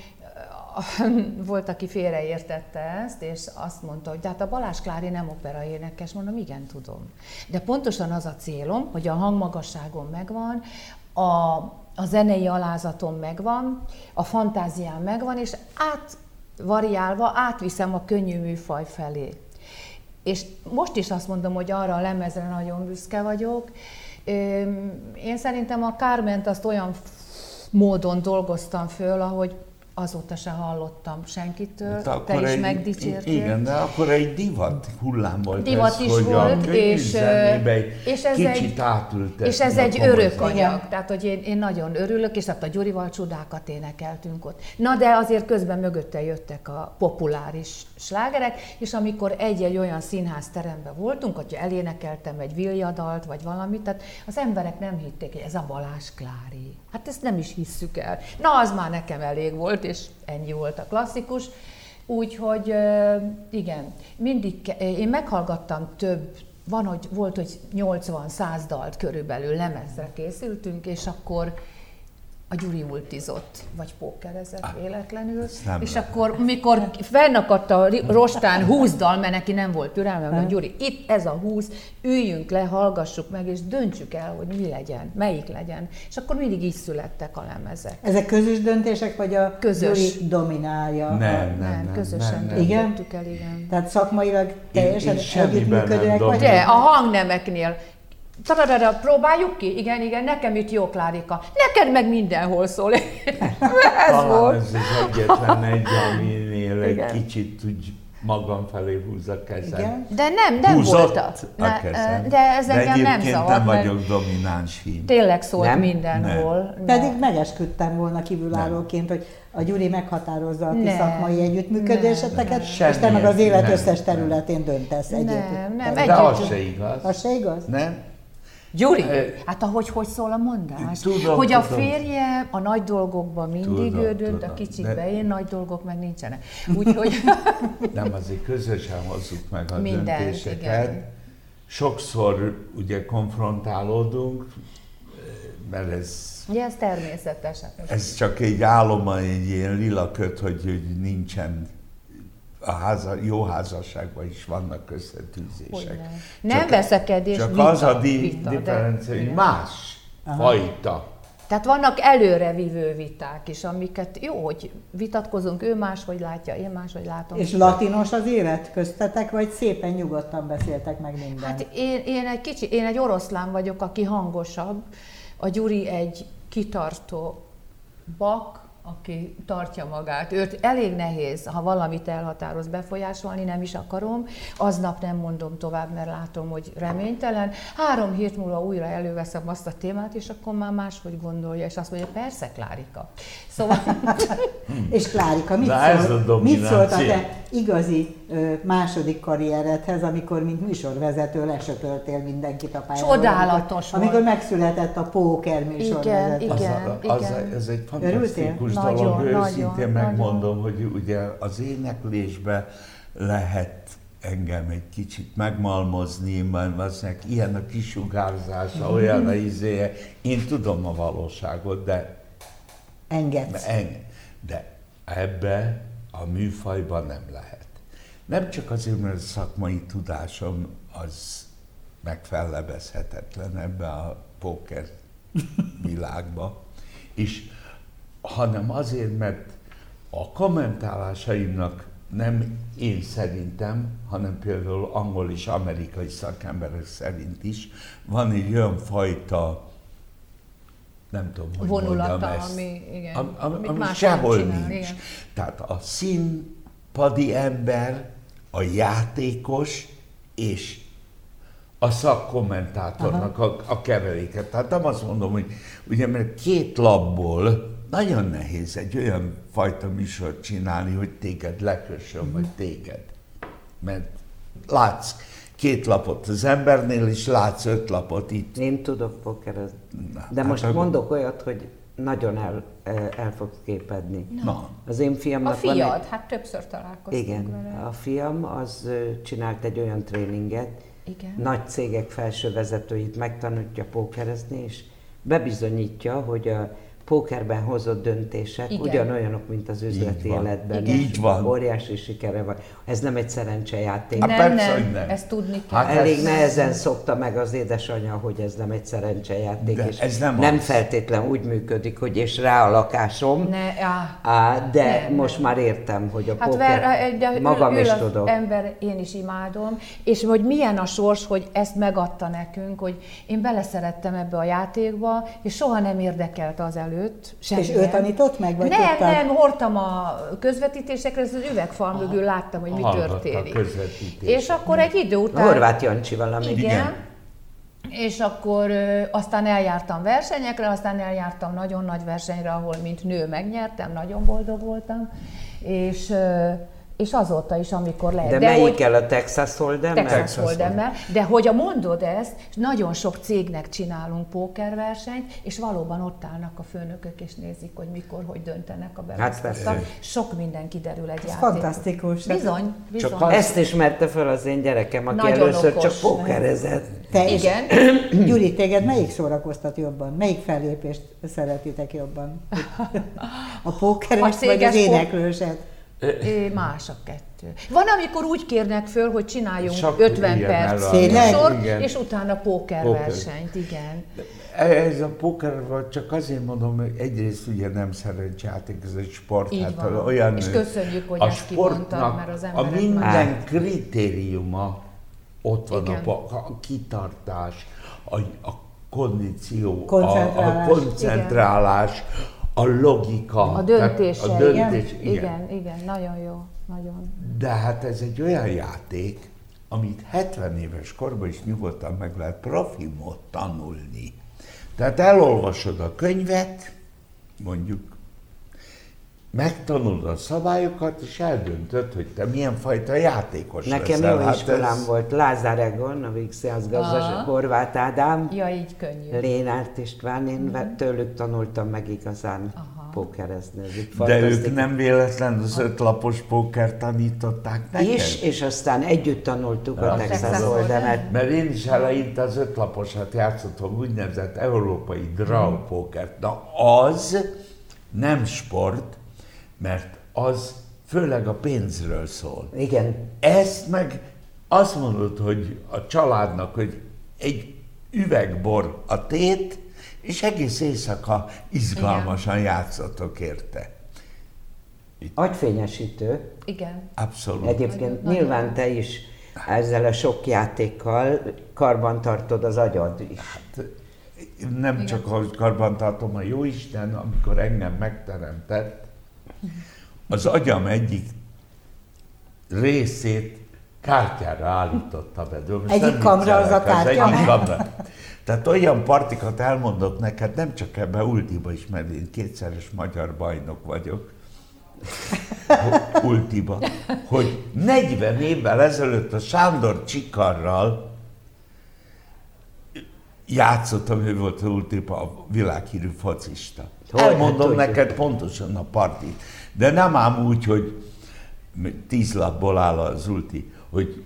S3: eh, volt, aki félreértette ezt, és azt mondta, hogy de hát a Balázs Klári nem opera énekes, mondom, igen, tudom. De pontosan az a célom, hogy a hangmagasságom megvan, a, a zenei alázatom megvan, a fantáziám megvan, és átvariálva átviszem a könnyű műfaj felé. És most is azt mondom, hogy arra a lemezre nagyon büszke vagyok. Öm, Én szerintem a Kárment azt olyan módon dolgoztam föl, ahogy azóta se hallottam senkitől,
S2: Hát
S3: te is megdicsértél.
S2: Igen, de akkor egy divat hullám volt
S3: Divat
S2: ez,
S3: is
S2: hogy
S3: volt,
S2: a
S3: és, ö,
S2: könyvzenébe egy
S3: és ez
S2: kicsit
S3: egy-
S2: átültetni
S3: És ez
S2: a
S3: egy
S2: komoly
S3: örök
S2: zenét.
S3: anyag, tehát hogy én, én nagyon örülök, és hát a Gyurival csodákat énekeltünk ott. Na de azért közben mögötte jöttek a populáris slágerek, és amikor egy-egy olyan színház teremben voltunk, hogyha elénekeltem egy viljadalt, vagy valamit, tehát az emberek nem hitték, hogy ez a Balázs Klári. Hát ezt nem is hisszük el. Na, az már nekem elég volt, és ennyi volt a klasszikus. Úgyhogy ö, igen, mindig, ke- én meghallgattam több, van, hogy volt, hogy 80-100 dalt körülbelül lemezre készültünk, és akkor a Gyuri ultizott, vagy pókerezett véletlenül,
S2: ezt Ah, nem
S3: és
S2: lehet.
S3: akkor, mikor fenn akadt a ri- rostán 20 dal, mert neki nem volt türelme, hogy Gyuri, itt ez a 20, üljünk le, hallgassuk meg, és döntsük el, hogy mi legyen, melyik legyen. És akkor mindig így születtek a lemezek.
S1: Ezek közös döntések, vagy a
S3: Közös.
S1: Gyuri dominálja?
S2: Nem.
S3: közösen
S2: nem, nem.
S3: döntöttük el, igen.
S1: Tehát szakmailag teljesen
S2: én semmiben nem
S1: együttműködőek vagy?
S3: De, a hangnemeknél. Tadadada, próbáljuk ki? Igen, igen, nekem itt jó, Klárika. Neked meg mindenhol szól. ez
S2: Talán
S3: volt.
S2: ez az egyetlen egy, aminél egy
S3: Igen.
S2: kicsit úgy magam felé húz a kezem.
S1: Igen.
S3: De nem, nem
S2: Húzott Hát
S3: volt
S2: a
S3: az. Ne,
S2: kezem.
S3: ö, de ez engem nem
S2: egyébként
S3: zavart,
S2: nem
S3: mert
S2: vagyok domináns hím.
S3: tényleg szólt
S4: Nem?
S3: mindenhol.
S1: Pedig megesküdtem volna kívülállóként, hogy a Gyuri meghatározza a ti
S3: Nem.
S1: szakmai együttműködéseteket,
S2: Nem.
S1: és te meg az élet
S2: Semmilyen.
S1: összes
S2: Nem.
S1: területén döntesz
S3: Nem,
S1: egyébként.
S3: nem,
S2: De az
S3: Együtt-
S2: se igaz.
S1: Az se igaz?
S2: Nem?
S3: Gyuri,
S2: Ö,
S3: hát ahogy hogy szól a mondás?
S2: Eh, Tudom,
S3: hogy a
S2: tudom.
S3: férje a nagy dolgokban mindig
S2: Tudom,
S3: ő dönt,
S2: tudom,
S3: a kicsikbe
S2: de-
S3: én, nagy dolgok meg nincsenek. Úgyhogy
S2: Nem, azért közösen hozzuk meg a
S3: Mindent,
S2: döntéseket.
S3: igen.
S2: Sokszor ugye konfrontálódunk, mert ez
S3: ugye ez Hát természetesen.
S2: Ez csak egy áloma, egy ilyen lila köt, hogy, hogy nincsen a háza, jó házasságban is vannak összetűzések.
S3: Hogyne. Nem veszekedés,
S2: Csak
S3: vita,
S2: az a di-
S3: vita, de-
S2: differencia, hogy
S3: igen.
S2: más fajta.
S3: Tehát vannak előrevívő viták is, amiket jó, hogy vitatkozunk, ő máshogy látja, én máshogy látom.
S1: És latinos az élet köztetek, vagy szépen nyugodtan beszéltek meg mindent?
S3: Hát én, én egy kicsi, én egy oroszlán vagyok, aki hangosabb, a Gyuri egy kitartó bak, aki tartja magát. Őt elég nehéz, ha valamit elhatároz befolyásolni, nem is akarom. Aznap nem mondom tovább, mert látom, hogy reménytelen. Három hét múlva újra előveszem azt a témát, és akkor már máshogy gondolja, és azt mondja, persze, Klárika. Szóval
S1: És Klárika, mit,
S2: Na, ez a
S1: szólt,
S2: dominancia.
S1: mit szólt a te igazi ö, második karrieredhez, amikor mint műsorvezető lesöpöltél mindenkit a pályáról?
S3: Csodálatos
S1: Amikor, amikor
S3: volt.
S1: megszületett a póker műsorvezető.
S3: Igen,
S2: Az,
S3: igen.
S2: a- az, a- ez egy fantasztikus
S3: Örültél?
S2: dolog,
S3: Nagyon,
S2: őszintén
S3: nagyon,
S2: megmondom, hogy ugye az éneklésbe lehet engem egy kicsit megmalmozni, mert valószínűleg ilyen a kisugárzása, olyan a izéje. Én tudom a valóságot, de
S1: Engedsz.
S2: De, ennyi. De ebbe a műfajban nem lehet. Nem csak azért, mert a szakmai tudásom az megfellebezhetetlen ebbe a póker világba, és hanem azért, mert a kommentálásaimnak nem én szerintem, hanem például angol és amerikai szakemberek szerint is van egy olyan fajta, nem tudom, hogy
S3: vonulata,
S2: mondjam ezt,
S3: ami, igen,
S2: Am, am,
S3: amit
S2: ami
S3: más nem
S2: sehol
S3: csinál,
S2: nincs.
S3: igen.
S2: Tehát a színpadi ember, a játékos és a szakkommentátornak a, a keveréke. Tehát nem azt mondom, hogy ugye mert két labból nagyon nehéz egy olyan fajta műsort csinálni, hogy téged lekössön,
S3: Mhm.
S2: vagy téged. Mert látsz két lapot az embernél, és látsz öt lapot itt.
S4: Én tudok pokerezni.
S2: Na,
S4: De
S2: hát
S4: most
S2: akkor-
S4: mondok olyat, hogy nagyon el, el fogsz képedni.
S2: Na,
S4: Az én
S3: a
S4: fiamnak van egy...
S3: fiad, hát többször találkoztunk
S4: Igen,
S3: vele.
S4: a fiam az ö, csinált egy olyan tréninget,
S3: Igen.
S4: nagy cégek felső vezetőit megtanítja pókerezni, és bebizonyítja, hogy a pókerben hozott döntések
S3: Igen.
S4: ugyanolyanok, mint az üzleti
S2: Így van.
S4: életben.
S2: Igen.
S4: és
S2: Így van.
S4: Óriási sikere van. Ez nem egy szerencsejáték.
S2: Hát
S3: Nem,
S2: persze,
S3: nem,
S2: hogy nem.
S3: ezt tudni kell.
S2: Hát
S4: Elég
S2: ez-
S4: nehezen szokta meg az édesanyja, hogy ez nem egy szerencsejáték,
S2: De
S4: és
S2: ez nem
S4: nem
S2: az.
S4: feltétlen úgy működik, hogy és rá a lakásom,
S3: Ne, á,
S4: Á, de
S3: Nem,
S4: most már értem, hogy a
S3: Hát
S4: póker,
S3: ver, de
S4: magam
S3: ül,
S4: is
S3: ül az
S4: tudok.
S3: ember, én is imádom, és hogy milyen a sors, hogy ezt megadta nekünk, hogy én beleszerettem ebbe a játékba, és soha nem érdekelt az előtt semmi.
S1: És ő tanított meg, vagy
S3: Nem,
S1: tudtad?
S3: nem, hordtam a közvetítésekre, ez az üvegfal mögül láttam, hogy mi
S2: Hallgatta a
S3: történik.
S2: közvetítéseket.
S3: És akkor egy idő
S4: A
S3: után...
S4: Horváth Jancsival, amíg
S3: Igen.
S2: Igen.
S3: És akkor ö, aztán eljártam versenyekre, aztán eljártam nagyon nagy versenyre, ahol mint nő megnyertem, nagyon boldog voltam, és ö, és azóta is, amikor lehet.
S4: De, de melyikkel hogy... a Texas Hold'em?
S3: Texas
S2: Texas
S3: Hold'em-mel, de hogy a mondod ezt, és nagyon sok cégnek csinálunk pókerversenyt, és valóban ott állnak a főnökök, és nézik, hogy mikor, hogy döntenek a beosztottak.
S4: persze.
S3: Sok minden kiderül egy játékban.
S1: fantasztikus.
S3: Bizony, bizony.
S2: Csak az-
S4: Ezt ismerte fel az én gyerekem, aki
S3: Nagyon
S4: először
S3: okos.
S4: csak pókerezett.
S1: Te és-
S3: Igen,
S1: Gyuri, téged melyik szórakoztat jobban? Melyik fellépést szeretitek jobban? A
S3: A
S1: pókeres vagy
S3: céges
S1: az
S3: pó-
S1: éneklőset?
S3: Ö, más a kettő. Van, amikor úgy kérnek föl, hogy csináljunk
S2: Csak
S3: 50
S2: ilyen
S1: a-
S3: perc
S1: Tényleg?
S3: műsort,
S2: Igen.
S3: és utána pókerversenyt, igen.
S2: E- Ez a pokerval csak azért mondom, hogy egyrészt ugye nem szerencsejáték, ez egy sport.
S3: Így
S2: hát
S3: van.
S2: olyan
S3: És köszönjük, hogy
S2: a
S3: ezt kimondtad,
S2: sportnak
S3: mert az
S2: A
S3: emberek
S2: minden
S4: már-
S2: kritériuma ott van a,
S3: Igen.
S2: pa- a kitartás, a, a kondíció, a- a,
S1: Koncentrálás.
S2: koncentrálás, a logika.
S3: A
S2: tehát
S3: döntése,
S2: a döntés
S3: igen, igen, igen, nagyon jó, nagyon.
S2: De hát ez egy olyan játék, amit 70 éves korban is nyugodtan meg lehet profimot tanulni. Tehát elolvasod a könyvet, mondjuk, megtanulod a szabályokat, és eldöntöd, hogy te milyen fajta játékos
S4: Nekem
S2: leszel.
S4: jó iskolám
S2: hát ez-
S4: volt. Lázár Egon, a Vígszíház
S3: Aha.
S4: gazdas, Horváth Ádám,
S3: Ja, így könnyű.
S4: Lénárt István,
S1: Mhm.
S4: én ve- tőlük tanultam meg igazán
S3: Aha.
S4: pókerezni. Ez egy
S2: De
S4: fantasztikus-
S2: ők nem véletlen az ötlapos póker tanították neked?
S4: Is, és aztán együtt tanultuk a
S2: A
S4: Texas
S3: Texas
S4: Hold'emet.
S3: Hold'em.
S2: Mert én is eleinte az ötlaposat játszottam, úgynevezett európai draw pokert. Na az nem sport, mert az főleg a pénzről szól.
S4: Igen,
S2: Ezt meg azt mondod, hogy a családnak, hogy egy üvegbor a tét, és egész éjszaka izgalmasan játszotok érte.
S4: agyfényesítő.
S3: Igen.
S2: Abszolút.
S4: Egyébként
S3: Nagyon.
S4: nyilván te is ezzel a sok játékkal karban tartod az agyad is.
S1: Hát,
S2: Hát, nem Igen. csak ahogy karbantartom a jó Isten, amikor engem megteremtett, az agyam egyik részét kártyára állította be. De most
S1: Egyik
S2: nem
S1: kamra az a
S2: viccelek,
S1: kártya?
S2: Egyik kamra. Tehát olyan partikat elmondok neked, nem csak ebbe ultiba is, mert én kétszeres magyar bajnok vagyok, Ho- ultiba, hogy 40 évvel ezelőtt a Sándor Csikarral játszottam, ő volt a ultipa, a világhírű focista.
S4: Hogy?
S2: Elmondom
S4: Hát, hogy?
S2: neked pontosan a partit, de nem ám úgy, hogy tíz lapból áll az ulti, hogy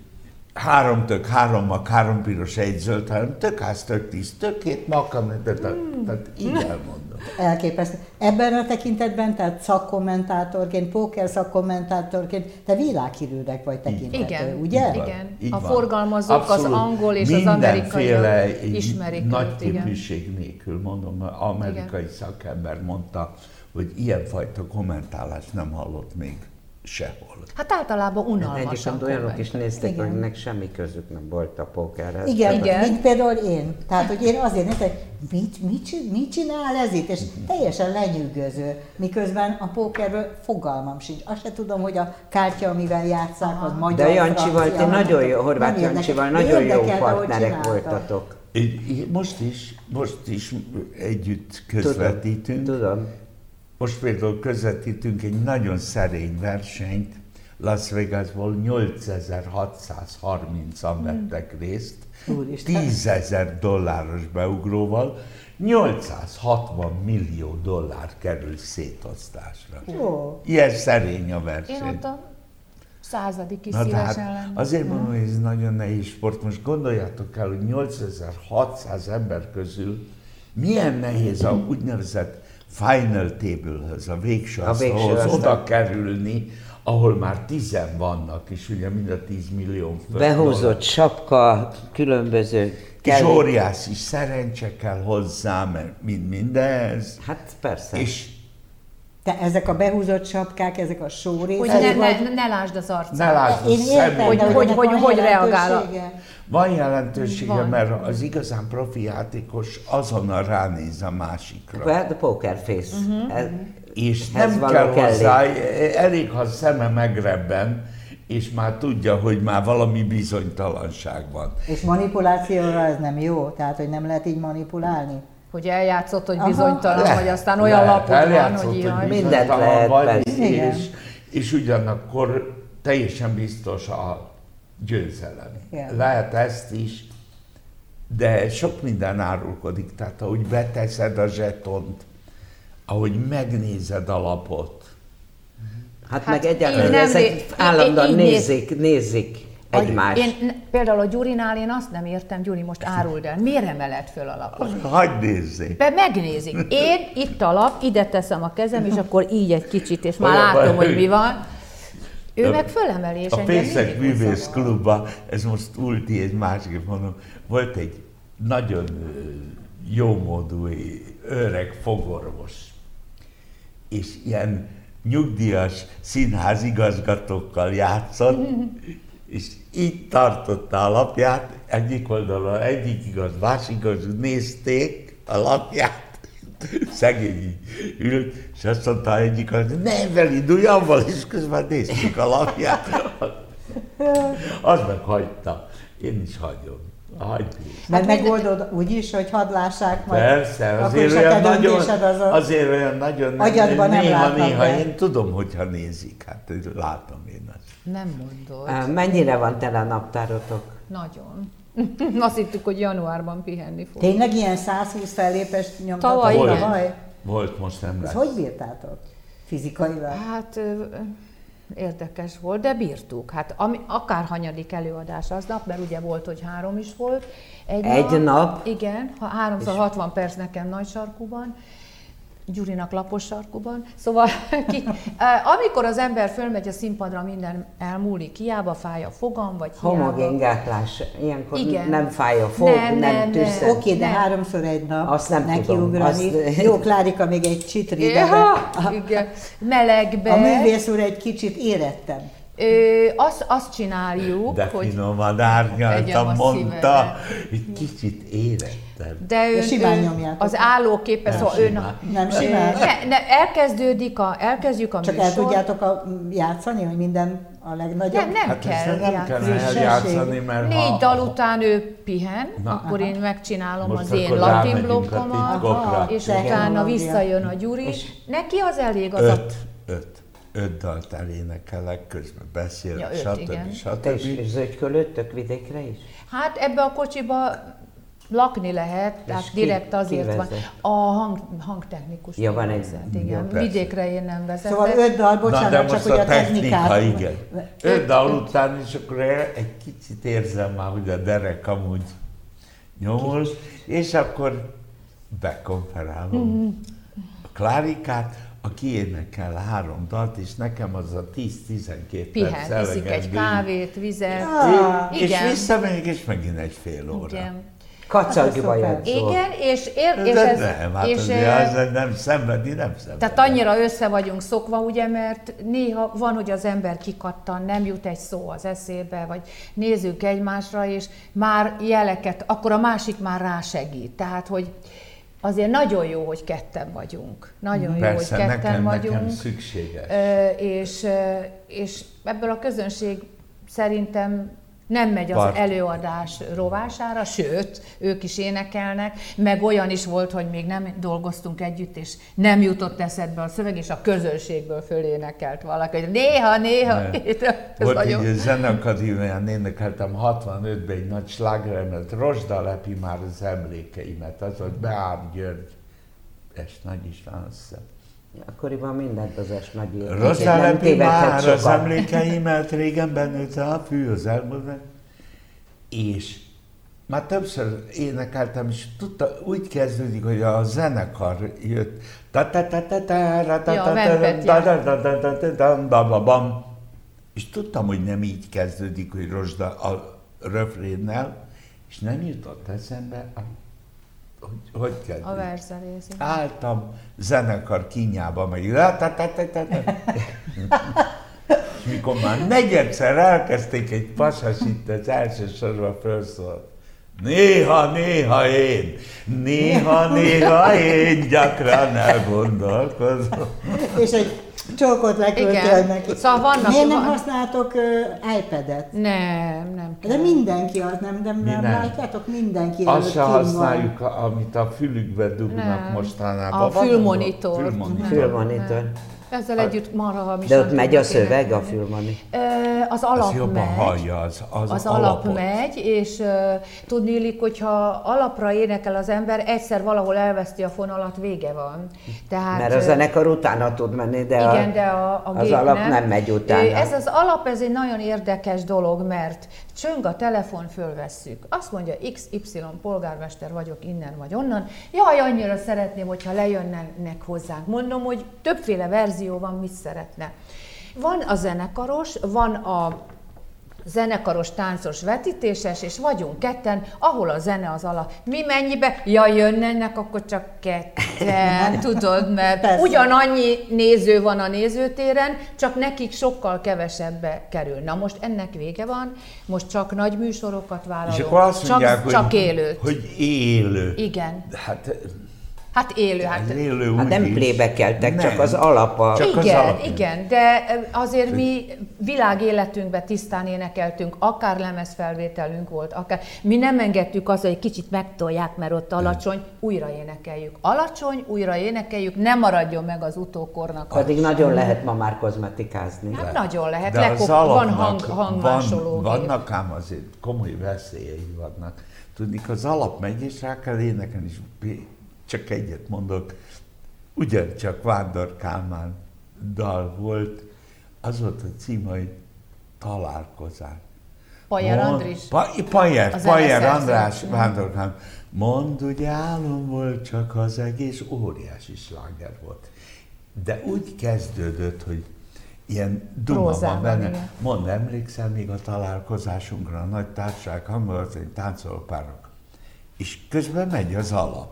S2: három tök, három mag, három piros, egy zöld, három tök, ház, tök, tíz, tök, két makam, tehát így elmondom.
S1: Elképesztő. Ebben a tekintetben, tehát szakkommentátorként, póker szakkommentátorként, te világhírűnek vagy tekinthető,
S3: Igen,
S1: ugye?
S2: Így van,
S3: Igen.
S2: így
S3: A
S2: van.
S3: forgalmazók, az angol és az
S2: mindenféle
S3: amerikaiak
S2: így
S3: ismerik
S2: Nagy
S3: őt, igen.
S2: képűség nélkül mondom, a amerikai igen. szakember mondta, hogy ilyenfajta kommentálást nem hallott még sehol.
S3: Hát általában unalmas a
S4: Egyébként olyanok is
S3: komment.
S4: nézték,
S1: Igen.
S4: akiknek semmi közük nem volt a pókerhez.
S1: Igen,
S3: Igen.
S1: igen, mint például én. Tehát, hogy én azért nem hogy mit, mit, csi- mit csinál ez itt, és
S4: Mhm.
S1: teljesen lenyűgöző, miközben a pókerről fogalmam sincs. Azt se tudom, hogy a kártya, amivel játszák, az magyar,
S4: De Jancsival,
S1: francia,
S4: ti nagyon jó,
S1: nem
S4: Horváth
S1: érdekel.
S4: Jancsival
S1: De
S4: nagyon jó
S1: érdekelt, ahogy
S4: partnerek
S1: csinálta.
S4: voltatok.
S2: Így- így Most is, most is együtt
S4: Tudom,
S2: közvetítünk.
S4: tudom.
S2: Most például közvetítünk egy nagyon szerény versenyt, Las Vegasból 8630-an
S3: Hmm.
S2: vettek részt,
S1: Úristen.
S2: 10 ezer dolláros beugróval, 860 millió dollár kerül szétosztásra.
S1: Jó.
S2: Ilyen szerény a
S3: Én
S2: verseny.
S3: ott a századik is
S2: Na de hát
S3: szívesen lennék.
S2: azért mondom, hogy ez nagyon nehéz sport. Most gondoljátok el, hogy 8600 ember közül milyen nehéz a úgynevezett final table-höz, a végső
S4: A végső
S2: asztalhoz
S4: asztal.
S2: oda kerülni, ahol már tizen vannak, és ugye mind a 10 millió fölött.
S4: Behúzott sapka, különböző...
S2: És
S4: kell-
S2: óriási szerencse kell hozzá, mert mind mindez.
S4: Hát persze.
S2: És
S1: Te ezek a behúzott sapkák, ezek a sórészek,
S3: Hogy ne,
S1: vagy-
S3: ne, ne lásd az arcát.
S2: ne lásd a
S1: Én értem, de
S2: szemét.
S3: Hogy-
S1: ennek
S3: hogy-
S1: van
S3: hogy- hogy reagál a-
S1: jelentősége?
S2: Van jelentősége,
S3: Van.
S2: mert az igazán profi játékos azonnal ránéz a másikra.
S4: Hát a pokerfész. Ez-
S2: És
S4: Ez
S2: nem
S4: való
S2: kell
S4: kell
S2: hozzá, elég, ha a szeme megrebben, és már tudja, hogy már valami bizonytalanság van.
S1: És manipulációra ez nem jó? Tehát, hogy nem lehet így manipulálni?
S3: Hogy eljátszott, hogy
S1: Aha.
S3: bizonytalan
S2: Le-
S3: vagy, aztán olyan
S2: lehet,
S3: lapod van,
S2: eljátszott,
S3: hogy jaj.
S4: bizony-
S2: bizonytalan
S4: Mindent lehet,
S2: vagy,
S4: persze.
S1: Igen.
S2: és, és ugyanakkor teljesen biztos a győzelem.
S1: Igen.
S2: Lehet ezt is, de sok minden árulkodik. Tehát ahogy beteszed a zsetont, ahogy megnézed a lapot,
S4: Hát,
S3: Hát
S4: meg egyáltalán
S3: így nem
S4: ezek
S3: né- így-
S4: állandóan
S3: így- így néz-
S4: nézik, nézik egymást.
S3: Én n- például a Gyurinál én azt nem értem, Gyuri most áruld el, miért emeled föl a lapot?
S2: hagyd nézzék.
S3: Be megnézik. Én itt a lap, ide teszem a kezem, és akkor így egy kicsit, és már
S2: Olyan
S3: látom,
S2: vagy,
S3: hogy mi van. Ő
S2: A-
S3: meg fölemeli, és
S2: A
S3: engem
S2: Pénzek
S3: mindig
S2: Művész
S3: hozzavar.
S2: Klubban, ez most ulti, egy másik mondom, volt egy nagyon ö, jómódú öreg fogorvos, és ilyen nyugdíjas színház igazgatókkal játszott, és így tartotta a lapját, egyik oldalon egyik igaz, másik igaz, nézték a lapját, szegény így ült, és azt mondta egyik, hogy nem velindulj, avval is közben néztük a lapját. Az meg hagyta. Én is hagyom. Hagyjuk.
S1: Mert
S3: Hát
S1: megoldod úgy is, hogy hadd lássák majd.
S2: Persze,
S1: Akkor
S2: azért
S1: is a
S2: olyan,
S1: te
S2: nagyon,
S1: döntésed az a-
S2: azért olyan nagyon,
S1: Agyadban nem
S2: néha,
S1: látnak
S2: néha,
S1: be.
S2: én tudom, hogyha nézik, hát látom én azt.
S3: Nem mondod.
S4: Á, Mennyire van tele a naptárotok?
S3: Nagyon. Azt hittük, hogy januárban pihenni fog.
S1: Tényleg ilyen 120 fellépest nyomtatok
S3: Tavaly
S1: tavaly?
S3: igen.
S1: tavaly?
S2: Volt, most nem
S1: Ez
S2: lesz.
S1: hogy bírtátok? Fizikailag?
S3: Hát ö, érdekes volt, de bírtuk. Hát ami, akár hanyadik előadás aznap, mert ugye volt, hogy három is volt. Egy,
S4: Egy nap?
S3: Igen, ha- háromszor 60 perc nekem nagy sarkúban. Gyurinak lapos sarkúban. Szóval, ki, eh, amikor az ember fölmegy a színpadra, minden elmúlik, hiába fáj a fogam, vagy hiába.
S4: Homogén gátlás. Ilyenkor
S3: Igen.
S4: nem fáj a fog,
S3: Nem,
S4: nem,
S3: nem,
S4: nem
S1: Oké,
S2: Hát,
S4: tűzszer.
S1: de
S3: nem.
S1: háromszor egy nap
S4: Azt nem tudom,
S1: nekiugrani.
S4: azt-
S1: Jó, Klárika még egy csitri, de
S3: Éha,
S1: a,
S3: igen, melegbe.
S1: a művész úr egy kicsit érettebb.
S3: Ö, azt, azt csináljuk,
S2: De
S3: hogy...
S2: finoman
S3: Tegyem a
S2: árnyaltam, mondta,
S3: szívedre.
S2: egy kicsit érettem.
S3: De ő,
S1: simán
S3: ő-
S1: nyomjátok.
S3: Az állóképe,
S2: Nem
S3: szóval ő,
S2: simán.
S1: Nem simán.
S3: Ne, ne, elkezdődik a, elkezdjük a
S1: Csak
S3: műsor.
S1: el tudjátok a, játszani, hogy minden a legnagyobb?
S3: Nem, nem
S2: Hát ezt
S3: kell.
S2: nem
S3: játsz-
S2: kell
S1: Frissesség.
S2: eljátszani, mert
S3: Négy
S2: ha,
S3: dal után ő pihen,
S2: Na.
S3: akkor én megcsinálom
S2: Most
S3: az én
S2: akkor
S3: latin
S2: rámegyünk a
S3: blokkomat,
S2: titkokra.
S3: és
S1: Aha,
S3: utána
S1: technológia.
S3: visszajön a Gyuri.
S4: És-
S3: Neki az elég az a...
S2: öt, öt, öt dalt elénekelek, közben
S3: Ja,
S2: beszélek,
S3: öt, igen.
S2: stb.
S4: Te is
S2: stb.
S4: és zögykölöttök vidékre is?
S3: Hát ebbe a kocsiba lakni lehet, tehát
S4: ki-
S3: direkt azért
S4: ki
S3: van.
S4: vezet?
S3: A hang, hangtechnikus.
S4: Ja, van egy-
S3: vezet, Igen,
S2: persze.
S3: vidékre én nem vezetek.
S1: Szóval öt dal,
S2: Na,
S1: bocsánat,
S2: de
S1: csak
S2: most
S1: hogy
S2: a
S1: a
S2: technika,
S1: technikát...
S2: igen. Öt dal után is akkor egy kicsit érzem már, hogy a derek amúgy nyomul, és akkor
S3: Mhm.
S2: bekonferálom a Klárikát, aki énekel három dalt, és nekem az a 10-12 perc
S3: Pihen, iszik egy
S2: elegendő.
S3: kávét, vizet.
S1: Ah.
S2: Én- És
S3: Igen.
S2: visszamegyek, és megint egy fél óra.
S3: Igen.
S4: Kacagba
S1: szuper.
S4: játszol.
S3: Igen, és, ér, és
S2: De
S3: ez,
S2: Szóval nem, hát
S3: és,
S2: az,
S3: eh,
S2: az nem szenvedni, nem szenvedni.
S3: tehát annyira össze vagyunk szokva, ugye, mert néha van, hogy az ember kikattan, nem jut egy szó az eszébe, vagy nézzük egymásra, és már jeleket, akkor a másik már rásegít. Tehát, hogy azért nagyon jó, hogy ketten vagyunk. Nagyon
S2: Persze,
S3: jó, hogy ketten
S2: nekem,
S3: vagyunk.
S2: nekem szükséges.
S3: Ö, és, ö, és ebből a közönség szerintem nem megy az
S2: Part.
S3: előadás rovására, sőt, ők is énekelnek, meg olyan is volt, hogy még nem dolgoztunk együtt, és nem jutott eszedbe a szöveg, és a közönségből fölénekelt valaki, hogy néha, néha,
S2: Ne.
S3: Hát ez
S2: Volt
S3: nagyon...
S2: egy a zeneakadémián énekeltem 65-ben egy nagy slágeremet, Rosda lepi már az emlékeimet, az volt Beár György, és Nagy István azt hiszem.
S4: Akkoriban mindent az es nagy élet.
S2: Rosda
S4: Nem
S2: lepi
S4: tévedhet
S2: már az
S4: sokat.
S2: emlékeimet, régen benőtte a fű az elmúltban. És már többször énekeltem, és tudta, úgy kezdődik, hogy a zenekar jött. Ta ta ta ta ta ra ta
S3: Ja,
S2: ta ta
S3: Vempet
S2: ta ta ta ta ta ta ta ba ba bam. És tudtam, hogy nem így kezdődik, hogy rozsda a röfrénnel, és nem jutott eszembe, a- hogy hogy
S3: A
S2: kezdődik.
S3: verzelész.
S2: Álltam zenekar kínjába, meg így lá- tá- tá- tá- tá- tá. És mikor már negyedszer elkezdték egy pasas itt az első sorban felszólt. Néha, néha én, néha, néha én gyakran elgondolkozom.
S1: És egy csókot leküldtél
S3: Igen.
S1: neki.
S3: Szóval vannak-
S1: Miért nem
S3: van-
S1: használtok ö, iPad-et?
S3: Nem, nem
S1: De
S3: kell.
S1: mindenki az, nem, nem,
S2: Mi
S1: nem,
S2: nem.
S1: látjátok, mindenki előtt
S2: Azt se
S1: kín van.
S2: használjuk, amit a fülükbe dugnak
S3: Nem.
S2: mostanában.
S3: A
S2: Van-
S3: fülmonitor.
S2: Fülmonitor.
S4: Fülmonitor.
S3: Ezzel együtt marha
S4: De ott megy a szöveg a fülmani.
S3: Az alap
S2: Az jobban
S3: megy.
S2: hallja az, az,
S3: az alap
S2: alapot.
S3: megy, és uh, tudnélik, hogyha alapra énekel az ember, egyszer valahol elveszti a fonalat, vége van. Tehát,
S4: Mert a
S3: Hát, ö,
S4: zenekar utána tud menni, de,
S3: igen,
S4: a,
S3: de a, a
S4: az
S3: gép
S4: alap
S3: nem.
S4: nem, megy utána.
S3: Ö, Ez az alap, ez egy nagyon érdekes dolog, mert csöng a telefon, fölvesszük. Azt mondja, XY polgármester vagyok innen vagy onnan. Jaj, annyira szeretném, hogyha lejönnek hozzánk. Mondom, hogy többféle verzió van, mit szeretne. Van a zenekaros, van a zenekaros, táncos, vetítéses, és vagyunk ketten, ahol a zene az ala. Mi mennyibe? Ja, jönnek, akkor csak ketten, tudod, mert
S1: Persze.
S3: ugyanannyi néző van a nézőtéren, csak nekik sokkal kevesebbe kerül. Na most ennek vége van, most csak nagy műsorokat vállalok,
S2: És akkor azt mondják,
S3: csak,
S2: hogy,
S3: csak élőt.
S2: hogy élő.
S3: Igen.
S2: Hát,
S3: Hát élő, hát
S2: hát élő
S4: Hát
S2: úgy
S4: nem
S2: is.
S4: plébekeltek, csak
S2: Nem.
S4: az alap a...
S2: Csak- az
S3: igen,
S2: alapján.
S3: igen, de ö, azért mi világéletünkben tisztán énekeltünk, akár lemezfelvételünk volt, akár. Mi nem engedtük azt, hogy egy kicsit megtolják, mert ott alacsony, újra énekeljük. Alacsony, újra énekeljük, ne maradjon meg az utókornak. a-
S4: Addig nagyon lehet ma már kozmetikázni.
S3: Hát nagyon lehet,
S2: De
S3: lekop,
S2: az
S3: van
S2: alapnak
S3: hang, hangmásoló.
S2: van, vannak ám azért komoly veszélyei vannak. Tudnik, az alap megy, és rá kell énekelni, és pi- csak egyet mondok, ugyancsak Vándor Kálmán dal volt, az volt a címe, hogy találkozás.
S3: Pajer
S2: Mond-
S3: Andris.
S2: Pa, Pajer,
S3: A
S2: Pajer
S3: zeneszerző.
S2: András Vándor Kálmán. Mond, úgy álom volt csak az egész, óriási sláger volt. De úgy kezdődött, hogy ilyen duma van
S3: Prózában,
S2: benne.
S3: igen.
S2: Mond, emlékszel még a találkozásunkra, a nagy társaság hangolat, hogy táncoló párok. És közben megy az alap.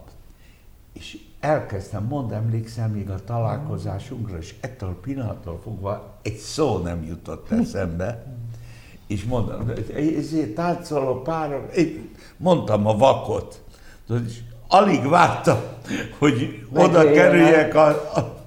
S2: És elkezdtem, mond, emlékszel még a találkozásunkra, és ettől a pillanattól fogva egy szó nem jutott eszembe. És mondtam, hogy ezért táncoló párok, én mondtam a vakot. Tudod, És alig vártam, hogy oda
S4: Megjöjjön
S2: kerüljek a, a...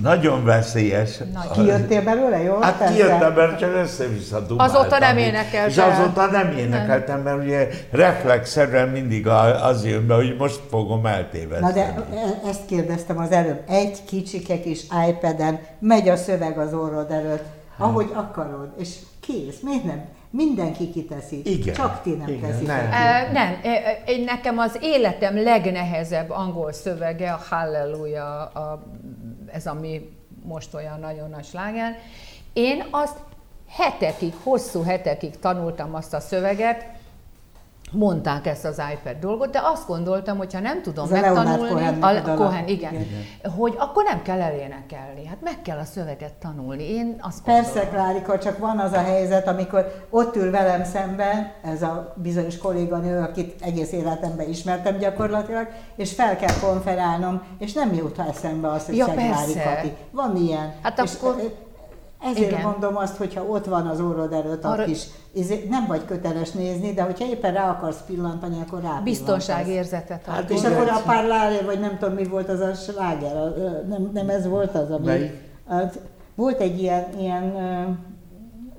S2: Nagyon veszélyes.
S3: Nagy.
S2: A-
S1: Kijöttél belőle, jól
S2: Hát
S1: tettem?
S2: kijöttem, mert csak össze-vissza dumáltam.
S3: Azóta nem
S2: És-
S3: énekeltem.
S2: És azóta nem énekeltem, mert ugye reflexzerűen mindig a- az jön be, hogy most fogom eltévedni.
S1: Na de e- ezt kérdeztem az előbb. Egy kicsike kis iPad-en megy a szöveg az orrod előtt,
S2: Hát.
S1: ahogy akarod, és kész. Miért nem? Mindenki kiteszi.
S2: Igen.
S1: Csak ti nem
S2: Igen,
S1: teszitek.
S2: nem.
S3: Ö, nem, ö, ö, én nekem az életem legnehezebb angol szövege a Hallelujah, a, ez ami most olyan nagyon nagy sláger. Én azt hetekig, hosszú hetekig tanultam azt a szöveget, mondták ezt az iPad dolgot, de azt gondoltam, hogy ha nem tudom
S1: Ez a Leonard
S3: megtanulni,
S1: Cohennek a dala.
S3: Cohen, igen, hogy akkor nem kell elénekelni, hát meg kell a szöveget tanulni. Én azt
S1: Persze,
S3: gondolom.
S1: Klárika, csak van az a helyzet, amikor ott ül velem szemben ez a bizonyos kolléganő, akit egész életemben ismertem gyakorlatilag, és fel kell konferálnom, és nem jut eszembe az, hogy
S3: Ja,
S1: ja, Szeglári
S3: persze.
S1: Kati. Van ilyen.
S3: Hát
S1: és eh,
S3: akkor-
S1: ezért
S3: igen.
S1: mondom azt, hogyha ott van az orrod előtt a
S3: Arra-
S1: kis, izé- nem vagy köteles nézni, de hogyha éppen rá akarsz pillantani, akkor rá
S3: Biztonságérzetet
S2: Hát
S3: ad.
S1: És
S2: Igen.
S1: akkor a Parlare, vagy nem tudom mi volt az a sláger, a- ö, nem, nem ez volt az, ami...
S2: Melyik?
S1: Hát, volt egy ilyen, ilyen ö,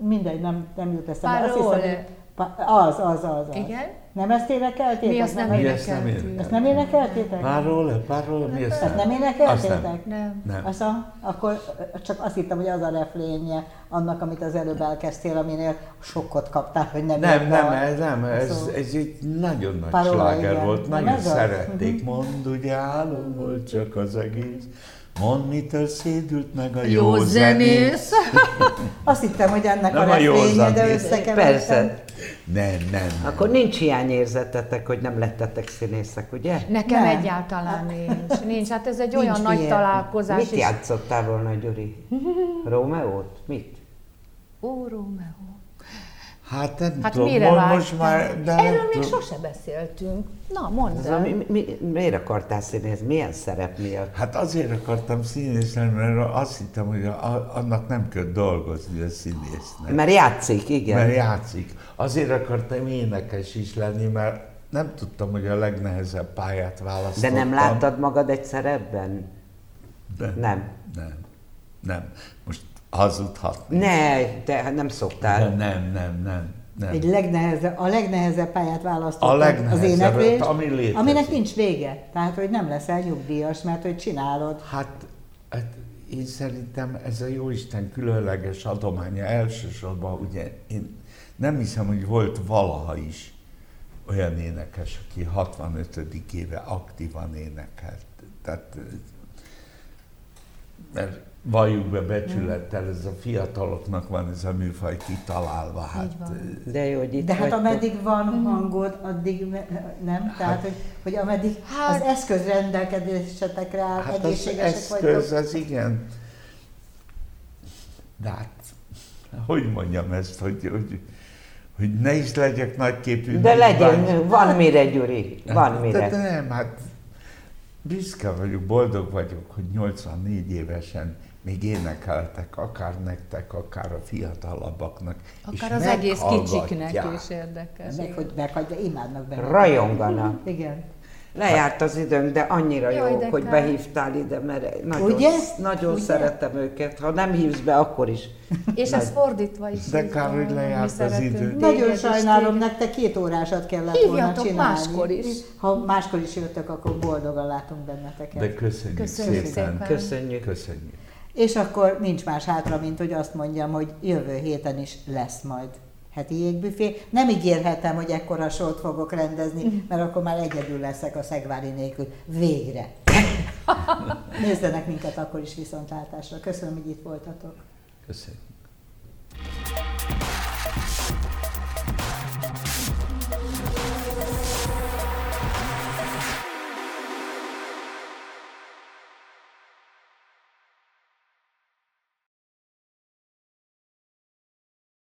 S1: mindegy, nem, nem jut eszembe. Azt hiszem,
S3: Parole.
S1: hogy pa- az, az, az, az.
S3: Igen?
S1: Nem ezt énekeltétek?
S3: Mi azt nem
S2: Mi
S1: énekeltétek?
S2: ezt nem
S3: énekeltük.
S2: énekeltük.
S1: Ezt nem énekeltétek?
S2: Párról, párról, mi ezt
S1: Ezt Hát nem
S2: Azt nem.
S1: énekeltétek?
S3: Nem.
S2: Nem.
S1: Azt a, akkor ö, csak azt hittem, hogy az a refrénje annak, amit az előbb elkezdtél, aminél sokkot kaptál, hogy nem
S2: Nem,
S1: jött
S2: nem,
S1: be a- Szóval.
S2: ez, nem, ez,
S1: szó.
S2: ez egy nagyon nagy
S1: Parola,
S2: sláger
S1: igen.
S2: volt,
S1: Nem
S2: nagyon
S1: ez az? Mhm.
S2: szerették. Mond, ugye álom volt csak az egész, mond, mitől szédült meg a jó,
S3: Jó
S2: zenész.
S3: zenész!
S1: Azt hittem, hogy ennek
S2: Nem
S1: a
S2: a jó
S1: refrénye, de
S2: zenész.
S1: összekevertem.
S4: Persze.
S2: Nem, nem, nem.
S4: Akkor nincs hiányérzetetek, hogy nem lettetek színészek, ugye?
S3: Nekem
S1: Nem.
S3: egyáltalán nincs. Nincs, hát ez egy
S1: Nincs
S3: olyan nagy
S1: miért.
S3: találkozás.
S4: Mit játszottál volna, Gyuri? Rómeót? Mit?
S3: Ó, Rómeó.
S2: Hát nem
S3: Hát
S2: tudom,
S3: mire
S2: mo-
S3: vágytál?
S2: most már... De nem
S3: Erről még
S2: tudom.
S3: sose beszéltünk. Na, mondd
S4: Ez a, mi,
S3: el.
S4: mi, miért akartál színész? Milyen szerep miatt?
S2: Hát azért akartam színész lenni, mert azt hittem, hogy a, a- annak nem kell dolgozni a színésznek.
S4: Mert játszik, igen.
S2: Mert játszik. Azért akartam énekes is lenni, mert nem tudtam, hogy a legnehezebb pályát
S4: De
S2: választottam.
S4: nem láttad magad egy szerepben?
S2: De,
S4: Nem.
S2: Nem. Nem. Most hazudhatni.
S4: Ne, te nem szoktál.
S2: De nem, nem, nem. nem.
S1: Egy legnehezebb, a legnehezebb pályát választottam,
S2: A legnehezebb,
S1: az éneklést,
S2: ami létezik.
S1: aminek nincs vége. Tehát, hogy nem leszel nyugdíjas, mert hogy csinálod.
S2: Hát, hát én szerintem ez a Jóisten különleges adománya elsősorban, ugye én nem hiszem, hogy volt valaha is olyan énekes, aki 65. éve aktívan énekelt. Tehát, mert valljuk be becsülettel, ez a fiataloknak van ez a műfaj kitalálva. Hát,
S3: van.
S4: De jó, hogy itt
S1: De hát
S4: vagytok.
S1: ameddig van hangod, addig me- nem?
S2: Hát-
S1: Tehát, hogy, hogy ameddig
S3: Hát-
S1: az eszköz rendelkedésetekre áll,
S2: hát az
S1: egészségesek
S2: eszköz,
S1: vagytok.
S2: az igen. De hát, hogy mondjam ezt, hogy, hogy, hogy ne is legyek nagyképű.
S4: De
S2: ne is bánts-
S4: legyen, van mire, Gyuri, van
S2: De, de
S4: mire.
S2: nem, hát büszke vagyok, boldog vagyok, hogy 84 évesen még énekeltek, akár nektek, akár a fiatalabbaknak. és
S3: Akár az egész
S2: meghallgatják.
S3: kicsiknek is érdekes.
S1: Meg, hogy meghagyja, imádnak benne.
S4: Rajonganak.
S1: Igen.
S4: Lejárt az időnk, de annyira
S3: Jaj,
S4: jó,
S3: de
S4: hogy
S3: kár.
S4: behívtál ide, mert nagyon,
S1: Ugye?
S4: nagyon
S1: Ugye?
S4: szeretem őket. Ha nem hívsz be, akkor is.
S3: És ez fordítva is.
S2: De
S3: így
S2: kár,
S3: van,
S2: hogy lejárt
S3: mi
S2: az
S3: szeretünk
S2: idő.
S3: téged,
S1: Nagyon
S3: és
S1: sajnálom,
S3: téged.
S1: nektek két órásat kellett volna
S3: Hívjatok
S1: csinálni.
S3: máskor is.
S1: Ha máskor is jöttök, akkor boldogan látunk benneteket.
S2: De köszönjük,
S3: Köszönjük
S2: szépen.
S3: szépen.
S4: Köszönjük.
S2: Köszönjük.
S1: És akkor nincs más hátra, mint hogy azt mondjam, hogy jövő héten is lesz majd heti jégbüfé. Nem ígérhetem, hogy ekkora sót fogok rendezni, mert akkor már egyedül leszek a szegvári nélkül. Végre! Nézzenek minket akkor is viszontlátásra. Köszönöm, hogy itt voltatok.
S2: Köszönjük.